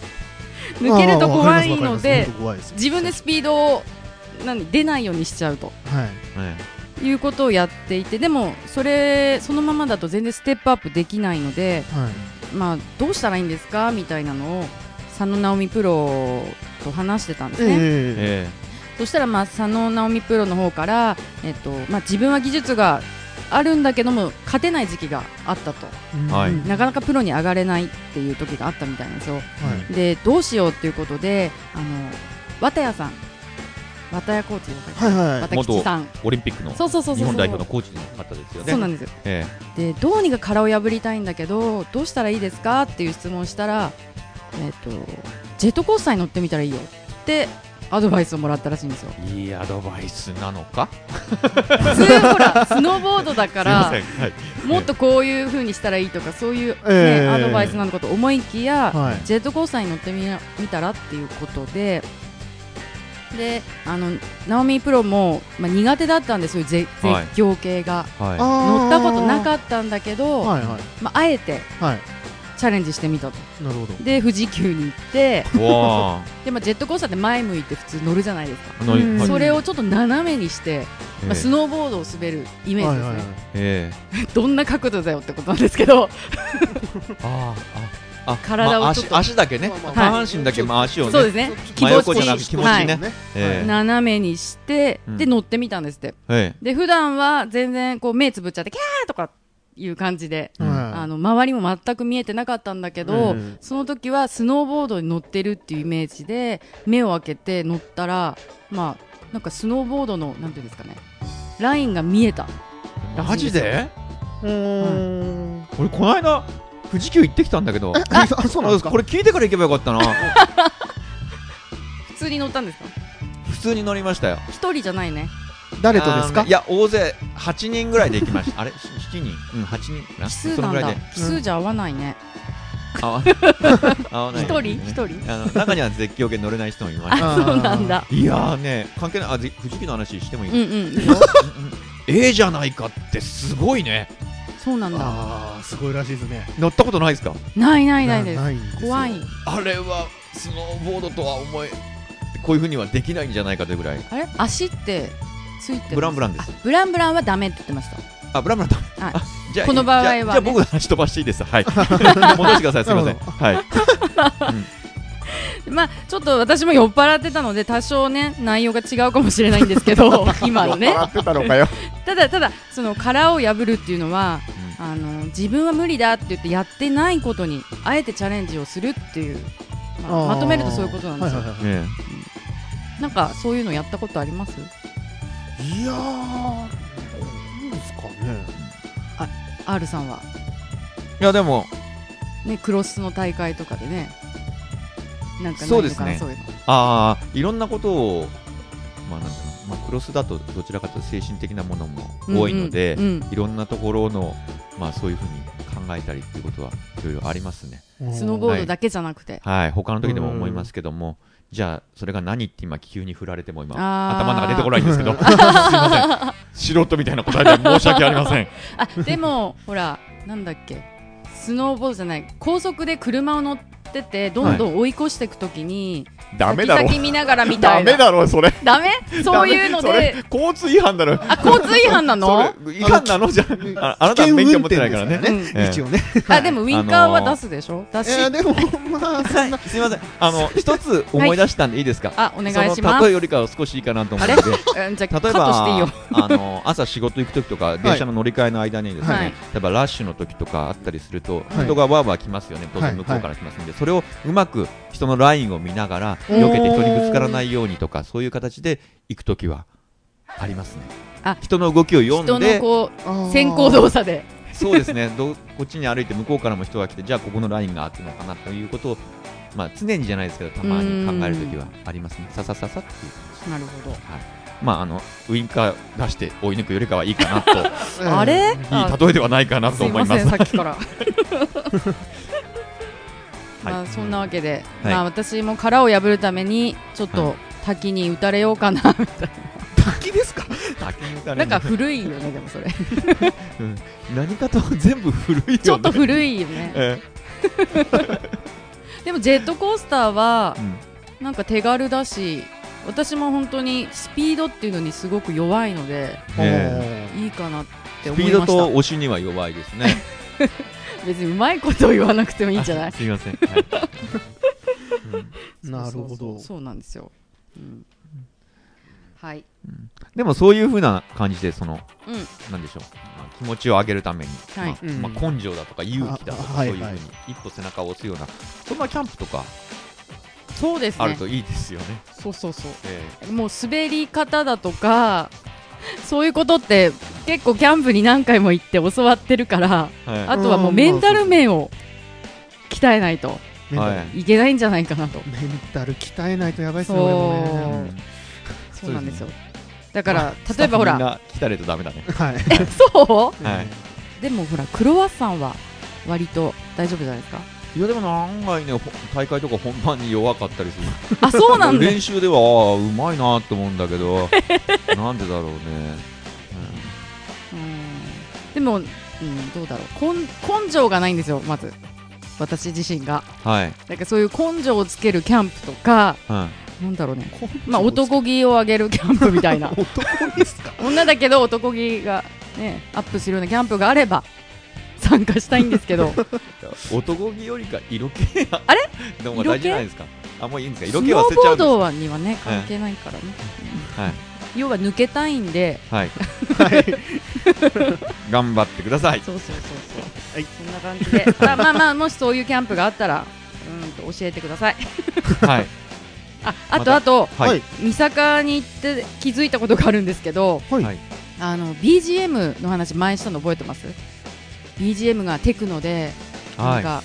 B: い。
C: 抜ける
B: まあ
C: と
B: まあ
C: 怖いので、
B: わかりますわかります本当怖いす
C: 自分でスピードを何出ないようにしちゃうと
B: はい。
A: え
C: いうことをやっていてでもそれそのままだと全然ステップアップできないので、
B: はい。
C: まあ、どうしたらいいんですかみたいなのを佐野直美プロと話してたんですね。
A: え
B: ええ
A: え
C: そしたら、まあ、佐野直美プロの方から、えっとまあ、自分は技術があるんだけども勝てない時期があったと
B: うん
A: はい
C: なかなかプロに上がれないっていう時があったみたいなんですよ
B: はい
C: でどうしようっていうことであの綿谷さん綿谷コーチの方、
B: はいはい
C: 綿吉さん
A: オリンピックの
C: そうそうそうそう
A: 日本代表のコーチの方ですよね。
C: そうなんです
A: え
C: でどうにか殻を破りたいんだけどどうしたらいいですかっていう質問をしたら、えっとジェットコースターに乗ってみたらいいよってアドバイスをもらったらしい
A: (laughs)
C: んですよ
A: えいいアドバイスなのか
C: 普通ほらスノーボードだから
A: すいません。はい。
C: もっとこういう風にしたらいいとかそういう、ね
B: ええ
C: アドバイスなのかと思いきや、
B: はい
C: ジェットコースターに乗ってみな見たらっていうことで。であのナオミプロも、まあ、苦手だったんですよ、ぜ絶
A: はい
C: 叫系が、
A: は
B: あー
C: 乗ったことなかったんだけど、
B: はいはい
C: まあ、あえて
B: は
C: チャレンジしてみたと
B: い。なるほど。
C: で富士急に行って
A: い。わ
C: で、まあ、ジェットコースターって前向いて普通乗るじゃないですか、
A: あ。の
B: うん
A: はい
C: それをちょっと斜めにして、まあ、ス
A: え
C: ノーボードを滑るイメージですね、
B: はいはいはい
A: ええ
C: どんな角度だよってことなんですけど
A: えああああ
C: 体を
A: まあ
C: ちょっ
A: 足
C: と
A: 足だけね
B: まあまあ
A: 下半身だけまあ足をね
C: そうですね。
A: 真横
C: 気
A: じ
C: 持
A: ゃな
C: ちに
A: くて気持ち
C: はい
A: ね。ええ
C: 斜めにして、
A: うん
C: で乗ってみたんですって。
A: え
C: で普段は全然こう目つぶっちゃってキャーとかいう感じで、
A: うん
C: あの周りも全く見えてなかったんだけど、
B: うん
C: その時はスノーボードに乗ってるっていうイメージで目を開けて乗ったらまあなんかスノーボードのなんていうんですかねラインが見えた
A: え。マジで
B: うん。
A: 俺この間富士急行ってきたんだけど
B: え、あ、そうなんですか。
A: これ聞いてから行けばよかったな
C: (laughs) 普通に乗ったんですか
A: 普通に乗りましたよ
C: 一人じゃないね
B: 誰とです
A: あ
B: か
A: ーい。や大勢8人ぐらいで行きましたあれ7人うん8人かな
C: 奇数
A: その
C: な
A: ぐ
C: ん
A: ら
C: だ
A: いで
C: 奇数じゃ合わないね
A: 合わ合わない
C: 一人一人
A: あの中には絶叫系乗れない人もいました
B: あ
C: あ
B: ー
C: そうなんだ
A: いやーね関係ないあぜ藤木の話してもいい、
C: うん
A: うん、
C: うん
A: ええじゃないかってすごいね
C: そうなんだ
B: ああ、すごいらしいですね。
A: 乗ったことないですか
C: ないないないです
B: んですよ
C: 怖い。
A: あれはスノーボードとは思えこういうふうにはできないんじゃないかというぐらい
C: あれ足ってついてます
A: ブランブランです
C: あブランブランはダメって言ってました
A: あブラブラだ、
C: はい
A: あじゃあ
C: この場合はね
A: じゃあじゃあ僕の話飛ばしていいです
C: (laughs)
A: はい戻してくださいすみません
B: な
A: はい
C: まあちょっと私も酔っ払ってたので多少ね内容が違うかもしれないんです
A: (laughs)
C: けど今のね
B: ってたのかよ。
C: ただただその殻を破るっていうのは、あの自分は無理だって言ってやってないことにあえてチャレンジをするっていう、まあまとめるとそういうことなんですよ、
B: はいはいは
A: え
C: なんかそういうのやったことあります
B: いいやー、どうですかね。
C: R さんは
A: えいやでも
C: ねクロスの大会とかでねなんかないのかな
A: そうですね
C: そういうの
A: ああいろんなことをまあなんだろう、まあ、クロスだとどちらかというと精神的なものも多いので、
C: うんうん
A: いろんなところのまあそういうふうに考えたりっていうことはいろいろありますね
C: うんスノーボードだけじゃなくて、
A: はい他の時でも思いますけどもじゃあそれが何って今急に振られても今
C: あー
A: 頭の中出てこないんです
C: (laughs)
A: けどすいません素人みたいな答えで申し訳ありません
C: あでもほらなんだっけスノーボードじゃない高速で車を乗っててどんどん追い越していくときに、
A: ダメだろ
C: 先々見ながらみたいな
A: だろそれ
C: ダメそういうので
A: 交通違反だろ
C: あ交通違反なの、
A: それ違反なのじゃああなたは免許持ってないからね
B: 危険
C: 運転です
A: ええ
B: 一応ね。
C: あでもウィンカーは出すでしょ、出し、
B: えー、でも、まあ、
C: (laughs)
B: そんな。
A: すみません、あの一つ思い出したんでいいですか。
C: あお願いし
A: その
C: ま
A: 例え
C: す
A: よりかは少しいいかなと思
C: あ
A: う
C: れ
A: ので、例え
C: うんじゃあカ
A: ば
C: ットしていいよ
A: (laughs) あの朝仕事行く時とか電車の乗り換えの間にですね、
C: はい
A: 例えばラッシュの時とかあったりすると、
B: はい
A: 人がわーわー来ますよね。当
B: はい
A: 然向こうから来ますんで、それをうまく人のラインを見ながら避けて人にぶつからないようにとかそういう形で行く時はありますね
C: あ。
A: 人の動きを読
C: 人
A: ん
C: の
A: で、
C: こ
B: あー
C: う先行動作で
A: (laughs) そうですね。どこっちに歩いて向こうからも人が来て、じゃあここのラインがあってるのかなということを。まあ常にじゃないですけどたまに考える時はありますね。ささささっていう。
C: なるほど、
A: まあ、あのウインカー出して追い抜くよりかはいいかなと
C: あれ (laughs)
A: いい例えではないかなと
C: すい
A: 思いま
C: ませ
A: す
C: んさっきから
A: はい
C: まあ、そんなわけで、
A: はい
C: まあ、私も殻を破るためにちょっと滝に打たれようかなみたい
A: 滝ですか滝みた
C: ななんか古いよねでもそれ
A: 何かと全部古 (laughs) いよね
C: ちょっと古いよね
A: え
C: (laughs) でもジェットコースターは
A: うん
C: なんか手軽だし私も本当にスピードっていうのにすごく弱いので
A: え
C: いいかなって
A: ス
C: 思
A: ピー
C: い
A: ド
C: ま
A: と
C: し
A: 押しには弱いですね
C: た別にうまいことを言わなくて (laughs) もいいんじゃな
A: あ
C: い
A: すいません、はい
B: なるほ
C: そうそうそ
B: ど
C: うそうなんですよ、うんはい
A: でもそういう風な感じでその、
C: うん
A: なんでしょう、まあ気持ちを上げるために、
C: はい
A: まあまあ根性だとか勇気だとか、
B: あはい
A: そういう風に
B: は
A: 一歩背中を押すようなそんなキャンプとか
C: そうです
A: ある
C: ね
A: といいですよね。
C: そうそうそう
A: え
C: もう滑り方だとかそういうことって結構キャンプに何回も行って教わってるから
A: えはい
C: あとはもうメンタル面を鍛えないと
B: メンタル
A: はい
C: いけないんじゃないかなと
B: メンタル鍛えないとやばいですね
C: そう
B: 俺もね
C: そうなんですよだから例えばほ
A: みん
C: ら
A: な来たれとダメだね。
B: はい
C: そ
A: はい。
C: うでもほらクロワッサンは割と大丈夫じゃない (laughs) ですか
A: いやでも案外ねほ大会とか本番に弱かったりする。
C: あそうなんだ
A: 練習ではああうまいなって思うんだけど (laughs) なんでだろうね。
C: うんでも、うん、どうだろう根根性がないんですよまず私自身が
A: うんはい。
C: なんかそういう根性をつけるキャンプとか
A: うん
C: なんだろうねまあ男気を上げるキャンプみたいな (laughs) 男ですか女だけど男気がねアップするようなキャンプがあれば参加したいんですけど
A: 男気よりか色気が
C: あ
A: れでも大事じゃないですかあもういいんですか色気
C: スノ
A: は捨
C: ー
A: てちゃう
C: ボー
A: んです
C: ドはにはね関係ないからね、
A: はい
C: 要は抜けたいんで
A: はい
C: (laughs)
A: 頑張ってください
C: そうそうそうそう、そんな感じで (laughs) まあまあまあもしそういうキャンプがあったらうーんと教えてください
A: はい
C: ああ
A: ま
C: と
A: た
C: あと、
A: はい
B: はい
C: 三坂に行って気づいたことがあるんですけど、
B: はい
A: はい
C: あの BGM の話前したの覚えてます BGM がテクノでな
A: は
C: ん
A: い
C: か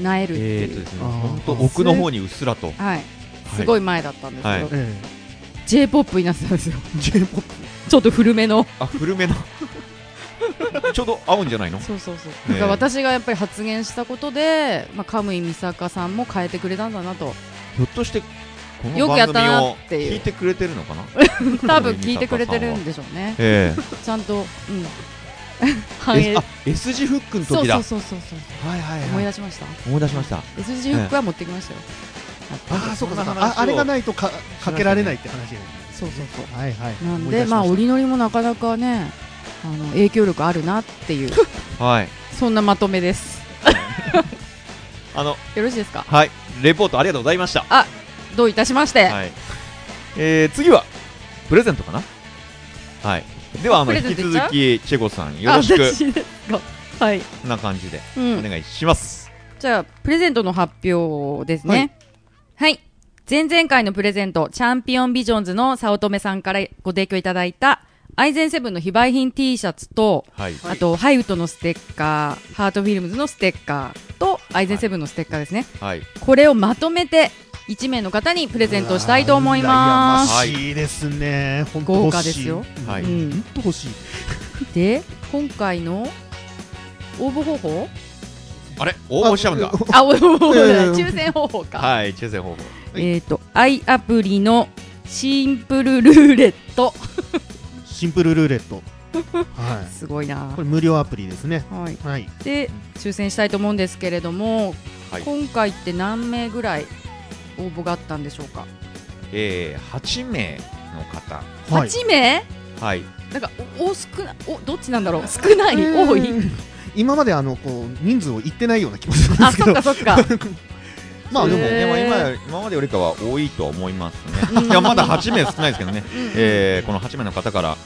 C: なえるって
A: えー
C: い
A: と
C: う、
A: ですね
B: あー
A: 本当奥の方にうっすらと
C: はいすごい前だったんですけど、
A: はい
B: え
C: j p o p になってたんですよ
B: え J-POP
C: (laughs) ちょっと古めの
A: あ古 (laughs) めのちょうど合うんじゃないの
C: そうそうそう、
A: え
C: だから私がやっぱり発言したことで、まあ、カムイ美坂さんも変えてくれたんだなと
A: ひょっとしてこの
C: よくや
A: 番
C: った
A: 組
C: な
A: を
C: っていう
A: 聞いてくれてるの (laughs) かな
C: 多分聞いてくれてるんでしょうね
A: え
C: ちゃ
A: (laughs)
C: んと、うん、
A: え
C: 反映
A: あ S 字フックの
C: そう
A: 時
C: そ
A: だ
C: うそうそうそう
A: はいはい
C: 思い
A: はい
C: 出しました
A: 思い出しました
C: S 字フックは持ってきましたよ、
B: ああそうかそう
A: そん
B: か
A: な話を
B: ああれがないとかかけられないって話で
C: そうそうそう
B: はいはい
C: なん
B: 思い出
C: で
B: し
C: まあ
B: し
C: 折りのりもなかなかねあの影響力あるなっ
A: (laughs)
C: ていう
A: はい
C: そんなまとめです
A: あの
C: よろしいですか
A: はいレポートありがとうございました
C: どういたしまして、
A: はい。えー、次は、プレゼントかなはい。では、あの、
C: プレ
A: 引
C: ゼ
A: き
C: ントいっ
A: 続
C: ちゃう
A: き、チェコさん、よろし
C: あ
A: く、
C: 私ですかはい、
A: こんな感じで、
C: う
A: お
C: ん、
A: 願いします。
C: じゃあプレゼントの発表ですねはい、前々回のプレゼントチャンピオンビジョンズの早乙女さんからご提供いただいたアイゼンセブンの非売品 T シャツと
A: はい。
C: あと、ハイウッドのステッカー、ハートフィルムズのステッカーと、アイゼンセブンのステッカーですね。
A: はい。
C: これをまとめて、1名の方にプレゼントしたいと思いま
A: う
C: す。
A: わ
B: 羨ましいですね本当
C: 豪
B: 欲
C: 華
B: し
C: で
B: い
C: すよ。
A: は
C: う
A: い。
C: ん
B: 本当欲しい
C: で、今回の応募
A: (laughs)
C: 方法
A: あれ応募しちゃうんだ。
C: あ、応募方法じゃない
B: うん
C: 抽選方法か。
A: はい、抽選方法。
C: えっ、と、アイアプリのシンプルルーレット。
B: シンプルルーレットは
C: すごいない
B: こ。れ無料アプリですね
C: はい、
B: はい
C: で、抽選したいと思うんですけれども、
A: はい
C: 今回って何名ぐらい応募があったんでしょうか、
A: えー、8名の方。
B: はい
C: 8名
A: はい。
C: なんかおお少なおどっちなんだろう少ない多い
B: うん今まであのこう人数を言ってないような気もするんで
C: あ
B: すけ
C: そ
B: ど
C: っかそっか
A: まあでも、
C: へー
A: でも今より、今までよりかは多いとは思いますね。いや、まだ8名少ないですけどね。えー、この8名の方から、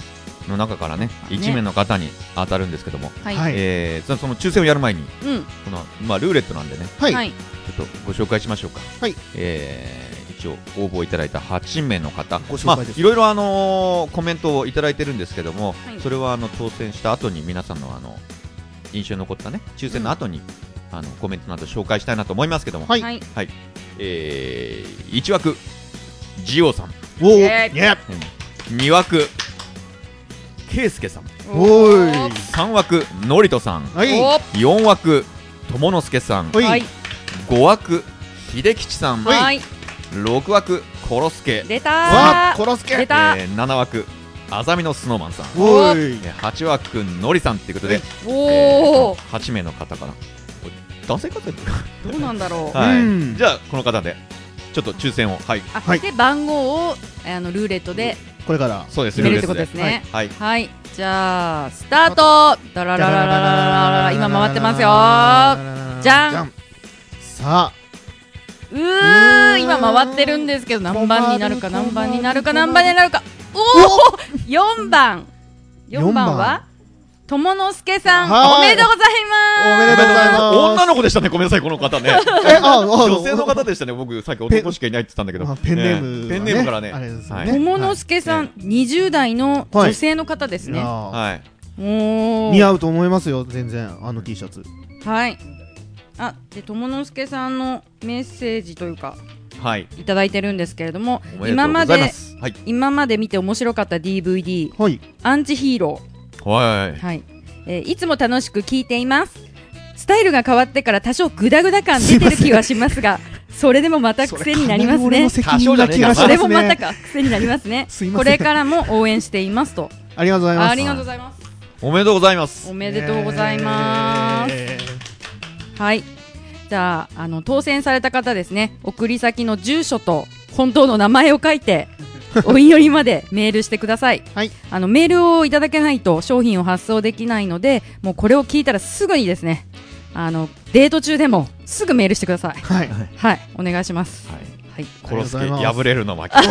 A: の中からね、1名の方に当たるんですけども、
C: はい、
B: はい
A: えー、そその抽選をやる前に、
C: うん
A: この、まあ、ルーレットなんでね、
B: はい
C: はい
A: ちょっとご紹介しましょうか。
B: はい
A: えー一応応募いただいた8名の方、
B: ご紹
A: まあ
B: 介です
A: いろいろあのーコメントをいただいてるんですけども、
C: はい
A: それはあの当選した後に皆さんのあの印象に残ったね抽選の後に、あのコメントなど紹介したいなと思いますけども、
B: はい
C: はい
A: え1枠ジオさん、
B: おお
C: イエーイ
B: ね
A: 2枠ケイスケさん、
B: おーい
C: は
A: 3枠ノリトさん、
B: はい
C: お
A: 4枠友之助さん、
B: はい
C: はい
A: 5枠秀吉さん
C: は
A: 6
C: い
A: 枠コロスケ、
C: 出
B: わ
C: た
B: あ、コロス
C: 出
B: ケ。
A: え
C: た
A: ー7枠あざみのスノーマンさん
B: おい。
A: えー8枠のりさんということで、
C: おお
A: えー8名の方かなこれ男性かって
C: どうなんだろう
A: はい、
B: うん
A: じゃあこの方でちょっと抽選をはい
C: あ、
B: はい
C: で番号をあのルーレットで
B: これから。
A: そうです
C: 決めるってことです
A: ルーレ
C: ね
A: ットではい
C: はいじゃあスタートダララララララララ今回ってますよーじゃん
B: ん。さあ、
C: うー今回ってるんですけど何番になるか何番になるか何番になるかおお4番4番は友之助さん
B: はい
C: おめでとうござい
B: お
C: ます
B: めでとうございます。
A: 女の子でしたねごめんなさいこの方ね
B: え、 (laughs) あ、あ
A: 女性の方でしたね僕さっき男しかいないって言ったんだけど
B: あペンネームは
A: ね
B: ね。
A: ペンネームからね
B: あれです
A: はい
B: よね。
C: 友之助さん20代の女性の方ですね
B: は
A: はい
C: お
B: い。
C: ー
B: 似合うと思いますよ、全然。あの T シャツ。
C: はいあで友之助さんのメッセージというか
A: はい
C: いただいてるんですけれども
A: おめでと
C: 今
A: う
C: ま
A: ございま
C: です
A: はい
C: 今まで見て面白かった DVD
B: はい。
C: アンチヒーロー
A: はい
C: はい、えーいつも楽しく聞いていますスタイルが変わってから多少グダグダ感出てる気はしますがそれでもまた癖になりますねそ
B: 多少な気がし
A: 俺
B: ま
C: れ
B: す
C: もまた
B: ね。
C: か癖になりますね
B: すいま
C: こ
B: せん
C: れからも応援していますと
B: ありがとうございます。
C: ありがとうございます
A: おめでとうございます
C: おめでとうございます、
B: え
C: はいじゃああの当選された方ですね送り先の住所と本当の名前を書いてお言い寄りまでメールしてください、
B: はい
C: あのメールをいただけないと商品を発送できないのでもうこれを聞いたらすぐにですねあのデート中でもすぐメールしてください
B: ーはい。
C: はいお願いします
A: はい
C: はい
A: コロス
B: あ
A: ケ
B: りがとうございます
A: 破れるの巻き
C: で、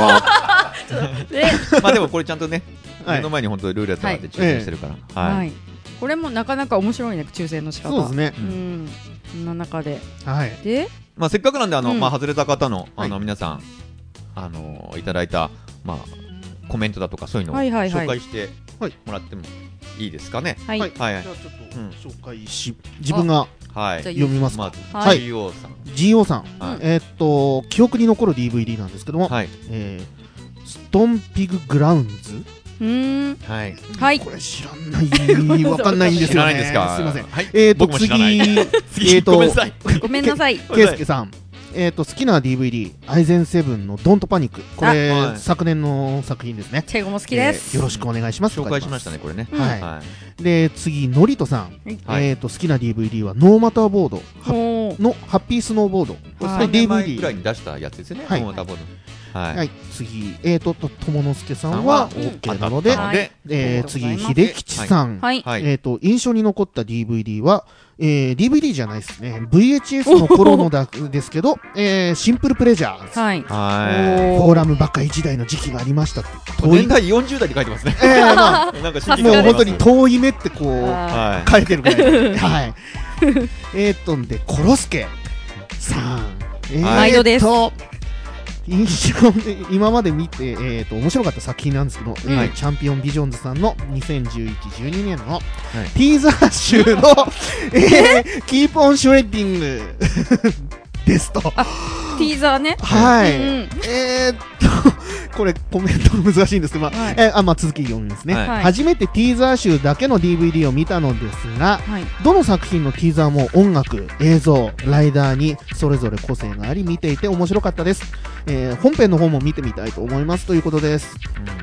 A: (laughs) まあでもこれちゃんとね
B: は
A: 目
B: い
A: の。前に本当にルーレットがあって抽選してるから
C: は
A: はい
C: い、これもなかなか面白いね抽選の仕方
B: そうですね。
C: うんそんな中で
B: はい。
C: で
A: まあ、せっかくなんであの、
C: うん
A: まあ、外れた方の
B: は
A: あ
B: い
A: の、皆さんあのいただいた、まあ、コメントだとかそういうのを
C: はいはいはい
A: 紹介して
B: はい
A: もらってもいいですかね。
C: はい、
B: はい
A: はいはい
B: じゃあちょっと紹介し、自分が
A: はい
C: じゃあ
B: 読みます
A: ま
B: か。
A: ず、
C: はい
A: GO さん、
B: GO さん、
A: はい
B: えーっと記憶に残る DVD なんですけども、
A: はい
B: えーストンピググラウンズ
C: うーん
A: はい、
C: はい
B: これ知らないわかんないんです
A: 知
B: よ
A: ら
B: ね
A: ないんですか。
B: すいません
A: はい、
B: えーっと
A: 僕も知らない。
B: 次え
A: (laughs) 次
B: ーと
A: ごめんなさ
B: (laughs)
A: い。
C: ごめんなさい
B: ケイスケさんえーっと好きな DVD「アイゼンセブンの「ドントパニック」これ、
A: あはい
B: 昨年の作品ですね
C: チェゴも好きです、
B: えーよろしくお願いします
A: 紹介しましたねこれね。
B: は、
A: はいは
B: で次ノリトさん、
C: はい
A: い。
B: えーっと好きな DVD は「ノーマターボード」は
C: もう
B: の「ハッピースノーボード」これ
C: はい
A: 3年前
B: DVD
A: ぐらいに出したやつですよね。
B: はい
A: もう多分はい。
B: はい、次、えー、と、と、友之助さんは、
A: さんは
B: OK なので、
C: はい
A: で、
B: えー、
C: ありがとう
B: 次、
C: ございます
B: 秀吉さん。
C: はい
A: はい。
B: えー、と、印象に残った DVD は、えー、DVD じゃないですね。VHS の頃のだ、ですけど、えー、シンプルプレジャーズ。
C: はい
A: は
B: フォーラムばっか一代の時期がありましたって。
A: い。
B: 遠
A: 年
B: い。
A: 代40代に書いてますね。
B: えー、ま
A: (laughs)
B: あ、
A: なんか
C: さす
B: も
C: が
B: う
C: です
B: 本当に遠い目ってこう、
C: あ
A: は
B: 書いてるぐらい。はい。えー、と、んで、コロスケさん。えー、
C: 毎度です
B: と印象で今まで見て、えー、と面白かった作品なんですけど、えー
A: はい
B: チャンピオンビジョンズさんの2011-12年のティーザー集の、えー、キープオンシュレッディングですと。
C: ティーザーね
B: はい、
C: うん
B: えー、っと、これコメント難しいんですけど、まあ、
C: はい
B: えーあまあ、続き読みますね、
A: はい
C: はい
B: 初めてティーザー集だけの DVD を見たのですが、
C: はい
B: どの作品のティーザーも音楽、映像、ライダーにそれぞれ個性があり見ていて面白かったです。えー本編の方も見てみたいと思いますということです。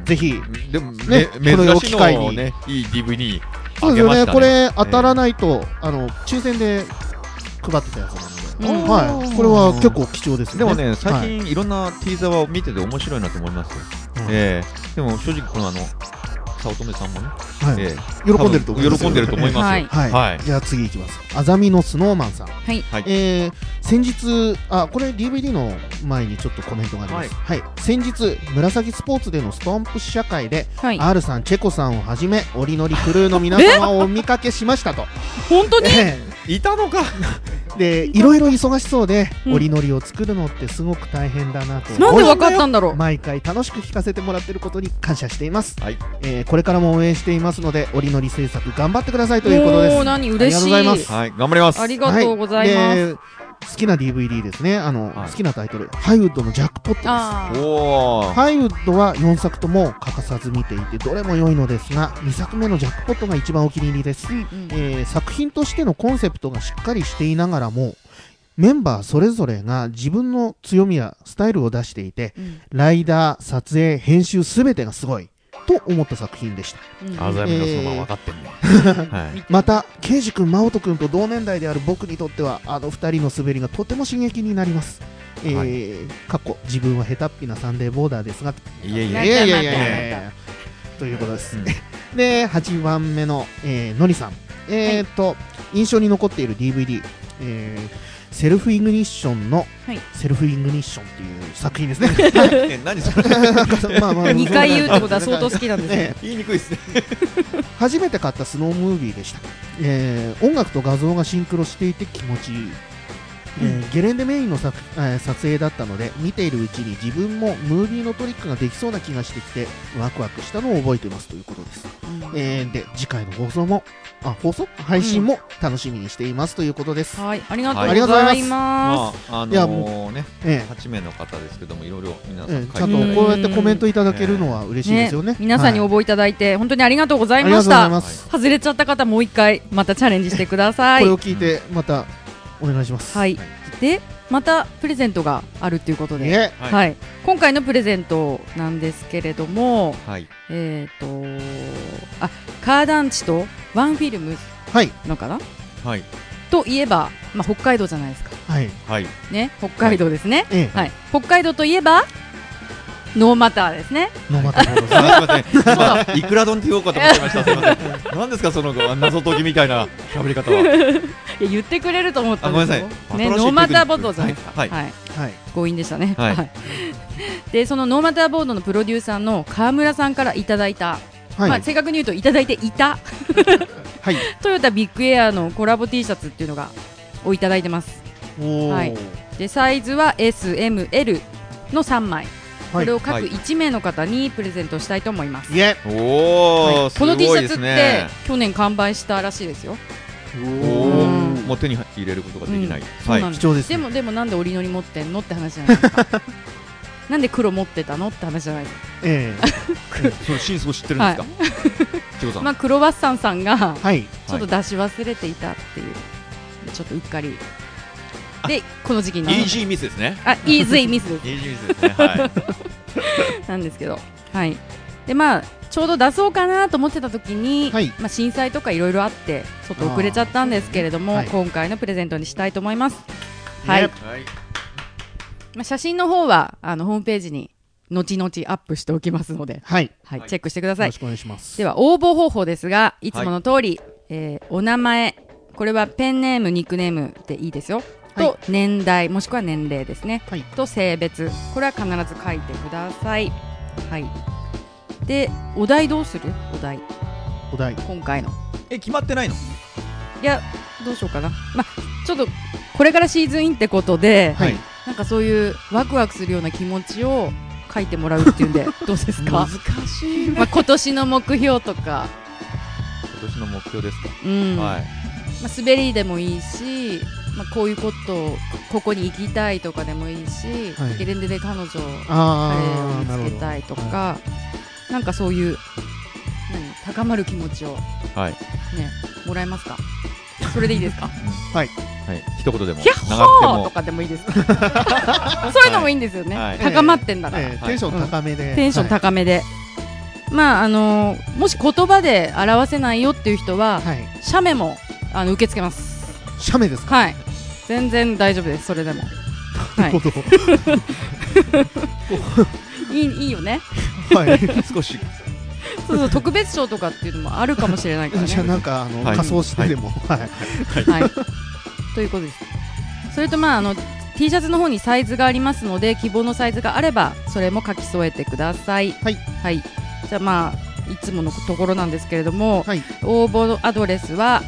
A: い。
B: ぜひ。
A: うんでもね
B: ね、これ
A: 珍
B: を
A: しい
B: 機会
A: の
B: に
A: をね、いい DVD
B: そ
A: あ
B: う
A: げ
B: ですよ
A: ま
B: ね。
A: したね。
B: これ当たらないと、あの、抽選で配ってたやつなので、
C: うん
B: はい。これは結構貴重ですね。
A: でもね、最
B: はい、
A: 近いろんなティーザーを見てて面白いなと思いますよ。ええでも正直このあの早乙女さんもね、
B: はい
A: ええ
B: 喜んでると思います。
A: 喜んでると思いますよ。
C: はい
B: はい。
A: はい
B: じゃあ次いきます。あざみのスノーマンさん。
C: はい
A: はい
B: えー先日、あこれ DVD の前にちょっとコメントがあります、はい先日、紫スポーツでのストンプ試写会で、
C: はい
B: R さん、チェコさんをはじめ、オリノリクルーの皆様をお見かけしましたと、
C: 本当に
B: え
A: いたのか。
B: えでいろいろ忙しそうで、
C: うん
B: オリノリを作るのってすごく大変だなと思い
C: なんでわかったんだろう
B: 毎回楽しく聞かせてもらってることに感謝しています、
A: はい
B: えーこれからも応援していますので、オリノリ制作頑張ってくださいということです。
C: おお何嬉しい
B: ありがとうございます
A: はい、頑張ります。
C: ありがとうございます、
B: はいで好きな DVD ですねあの、
A: はい
B: 好きなタイトル「ハイウッドのジャックポット」です
C: あー
A: おお。
B: ハイウッドは4作とも欠かさず見ていてどれも良いのですが2作目のジャックポットが一番お気に入りです、
C: うんうん
B: えー作品としてのコンセプトがしっかりしていながらもメンバーそれぞれが自分の強みやスタイルを出していて、
C: うん
B: ライダー、撮影、編集すべてがすごいと思った作品でした。
C: うん
A: あざみがそのまま分かってんね。
B: (laughs)
A: はい。
B: また、ケイジ君、真音君と同年代である僕にとっては、あの2人の滑りがとても刺激になります。えー
A: は
B: 過去、自分は下手っぴなサンデーボーダーですが、
A: いえい
B: い
A: え。
B: やいやいやいやいやということです。 (laughs) で、8番目の、えーのりさん。えーっと、印象に残っている DVD、えーセルフイグニッションの、
C: はい
B: セルフイグニッションっていう作品です (laughs) ね。はい
A: え、何それ
B: (laughs) まあまあ
C: 2回言うってことは相当好きなんですね。
B: ね
A: 言いにくいっすね。
B: (laughs) 初めて買ったスノームービーでした、えー音楽と画像がシンクロしていて気持ちいい、えーゲレンデメインの作,、えー撮影だったので見ているうちに自分もムービーのトリックができそうな気がしてきてワクワクしたのを覚えていますということです、えーで次回の放送もあ放送配信も楽しみにしていますということです、
C: はい、ありがと
A: はいう
C: ござい
A: ま
C: ま
A: あ、あ
B: いや
A: の
B: も
A: ーね、
B: え
A: 8名の方ですけども、いろいろ皆
B: ー
A: さ
B: え
A: ん
B: ーち
A: 書
B: ゃ
A: い
B: ん
A: ていただい
B: と
A: て
B: こうやってコメントいただけるのは嬉しいですよね
C: ね、皆さんに
B: はい
C: 応募いただいて、本当にありがとうござ
B: あ
C: い
B: りが
C: ま
B: とう
C: し
B: ござい
C: た。
B: ます、
C: 外れちゃった方、もう一回、またチャレンジしてください
B: これ。を聞いてまたお願いします、
C: はい
A: はい、
C: で、またプレゼントがあるということで、
B: ね
A: は
C: はいい、今回のプレゼントなんですけれども、
A: はい。
C: えっ、と、あ、カーダンチとワンフィルム
B: はい
C: のかな。
A: はい。
C: といえば、まあ、北海道じゃないですか。
B: はい
A: はい。
C: ね、北海道ですね。
B: ええ
C: はい、北海道といえば。ノーマターですね。
B: ノーマタボード
A: すみません。今いくら丼って言おうかと思ってました。すみません。何ですかその謎解きみたいな喋り方
C: (laughs)
A: は。
C: いや言ってくれると思ったんですよ
A: あご。めんなさい新しいテクニッ
C: ね、
A: ク
C: ノーマターボードじゃないですか。
A: はいは
C: はい
B: はい
C: 強引でしたね。
A: は
C: はいい。で、そのノーマターボードのプロデューサーの川村さんからいただいた、
B: はい、
C: まあ正確に言うといただいていた
B: (laughs) はい、
C: トヨタビッグエアのコラボ T シャツっていうのがをいただいてます。
B: おー
C: はいで、サイズは S、M、L の三枚。こ
B: はい
C: れを
A: は
C: 各
A: い
C: 一名の方にプレゼントしたいと思います。
B: いえ
A: おお、す
C: こ
A: ご
C: の
A: い
C: T シャ
A: で
C: ツ
A: す
C: って
A: ね。
C: 去年完売したらしいですよ。
A: お
C: うん
A: もう手に入れることができない。
C: そうな
A: は
C: ん
A: い。
C: です
B: 貴重ですね
C: でもでもなんで折りのり持ってんのって話じゃないで
B: (laughs)
C: すかなんで黒持ってたのって話じゃないですか
B: え
A: その真相知ってるんですか。千穂さ
C: ま
A: ん。
C: あ黒ワッサンさんが
B: えはい
C: ちょっと出し忘れていたっていう、ちょっとうっかりでこの時期に
A: イージーミスですね。
C: あイーズイミス
A: イージーミスですね。はい。
C: なんですけどはいでまあちょうど出そうかなと思ってた時に、
B: はい
C: まあ、震災とかいろいろあってちょっと遅れちゃったんですけれども、
B: あーはい
C: 今回のプレゼントにしたいと思います、はい、
B: ね
A: はい。
C: まあ、写真の方はあのホームページに後々アップしておきますので、
B: はい
C: はい
A: はい
C: チェックしてくだ
B: よ
C: さい
B: ろしくお願いします
C: では応募方法ですがいつもの通り、えーお名前これはペンネームニックネームでいいですよ、
B: はい
C: と年代もしくは年齢ですね、
B: はい
C: と性別これは必ず書いてくださいはいでお題どうするお題
B: お題
C: 今回の
A: え、決まってないの。
C: いやどうしようかなまあちょっとこれからシーズンインってことで、
B: はい
C: なんかそういうワクワクするような気持ちを書いてもらうっていう
B: (laughs)
C: んでどうですか
A: しい。今
C: まあ今年の目標とか、
A: 年の目標ですか。
C: うん
A: はい。
C: まあ、滑りでもいいし、まあ、こういうことをここに行きたいとかでもいいし、
B: はい
C: ゲレンデで彼女
B: あ
C: あ
B: あな
C: れを
B: るほ
C: 見つけ
B: ど
C: たいと
B: は
C: かなんかそういう何高まる気持ちを、ね、
A: はい。
C: もらえますかそれでいいです
A: (laughs)
C: か
A: はい。一言でも。
C: キャ
A: 長く
C: ッ
A: て
C: ホーと
A: も。
C: かでもいいですか (laughs) そういうのもいいんですよね、
A: はい
C: 高まってんだから、
B: ええテンション高めで、
C: テンション高めで、まああのーもし言葉で表せないよっていう人は、
B: はい、はい、
C: 写メもあの受け付けます
B: 写メですか
C: はい全然大丈夫ですそれでもは
B: なるほ
C: い、いいいいよね
B: どはい
A: 少し。
C: そうそう特別賞とかっていうのもあるかもしれないから
B: じゃあ
C: ね。
B: なんかあの、
A: はい
B: 仮装してでもはい、
C: はい、ということです。それと、まあ、あの T シャツの方にサイズがありますので希望のサイズがあればそれも書き添えてください。
B: はい
C: はい、じゃあ、まあ、いつものところなんですけれども、
B: はい
C: 応募のアドレスは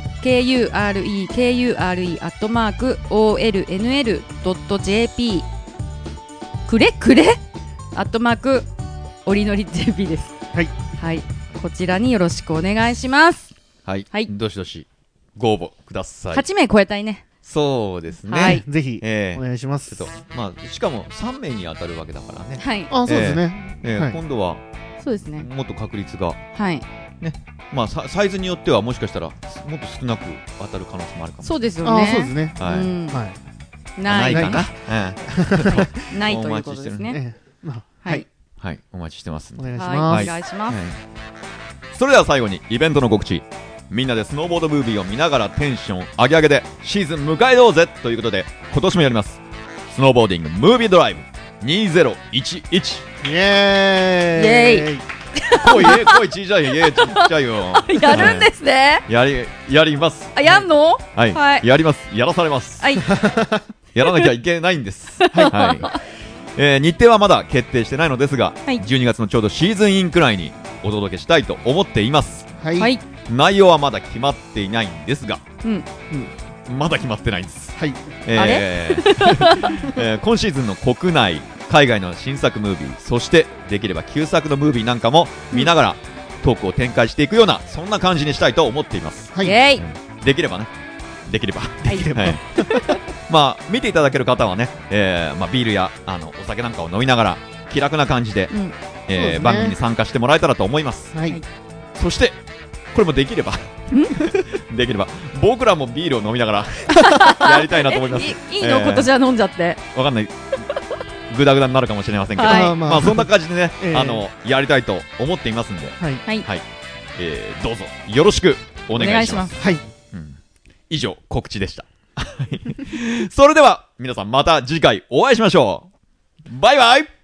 C: kurekure.olnl.jp くれくれアットマークおりのり JP です。
B: はい、
C: はい、こちらによろしくお願いします。
A: はい。
C: はい
A: どしどし。ご応募ください。
C: 8名超えたいね。
A: そうですね。
C: はい
B: ぜひ
A: ええ
B: お願いします、
A: ちょっと、まあ、しかも3名に当たるわけだからね、
C: はい、
B: あそうですね、
A: えー
B: はい
A: 今度は
C: そうですね。
A: もっと確率が、
C: はい、
A: まあ、さサイズによってはもしかしたらもっと少なく当たる可能性もあるかも
C: そうですよ
B: あ
C: ね。
B: そうですね
A: はい
C: うん
B: はい
C: ない
A: かな。
C: ないないということですね。
B: ええまあ
C: はい、
A: うんはい、お待ちしてますん
B: お
A: で。
B: 願いし
C: はい、
B: ま
C: お
B: す。
C: 願いします。
A: はいそれでは最後にイベントの告知みんなでスノーボードムービーを見ながらテンション上げ上げでシーズン迎えようぜということで今年もやりますスノーボーディングムービードライブ2011
B: イエーイ
A: 来いえ来いちっちゃいよイエーイちっちゃいよ
C: やるんですね。
A: やりやります
C: あ、やんの。
A: はい、
C: はい
A: やりますやらされます
C: はい、
A: やらなきゃいけないん
C: (laughs)
A: です。はい、えー日程はまだ決定してないのですが、
C: はい
A: 12月のちょうどシーズンインくらいにお届けしたいと思っています。
B: はい。
C: はい、
A: 内容はまだ決まっていないんですが、
C: うん、
A: まだ決まってないんです。
B: はい。
A: えー (laughs) えー今シーズンの国内、海外の新作ムービー、そしてできれば旧作のムービーなんかも見ながら、トークを展開していくような、そんな感じにしたいと思っています。
B: は
C: イ
B: い。
C: エイ。
A: できればね。できれば。
C: はい、
A: はい、 (laughs) まあ見ていただける方はね、えーまあ、ビールやあのお酒なんかを飲みながら気楽な感じで、
C: うん
A: えー
B: そうですね
A: 番組に参加してもらえたらと思います
B: はい。
A: そしてこれもできれば (laughs) できれば僕らもビールを飲みながらやりたいなと思います
C: えいいいの、
A: えー
C: 今年は飲んじゃって。
A: わかんないグダグダになるかもしれませんけど、
C: はい
B: まあま
A: まあ、
B: あ、
A: そんな感じでね、
B: ええ
A: あのやりたいと思っていますんで、
B: はい。
A: えーどうぞよろしくお願いします
C: す。
B: はい。
A: うん以上告知でした (laughs) それでは皆さんまた次回お会いしましょうバイバイ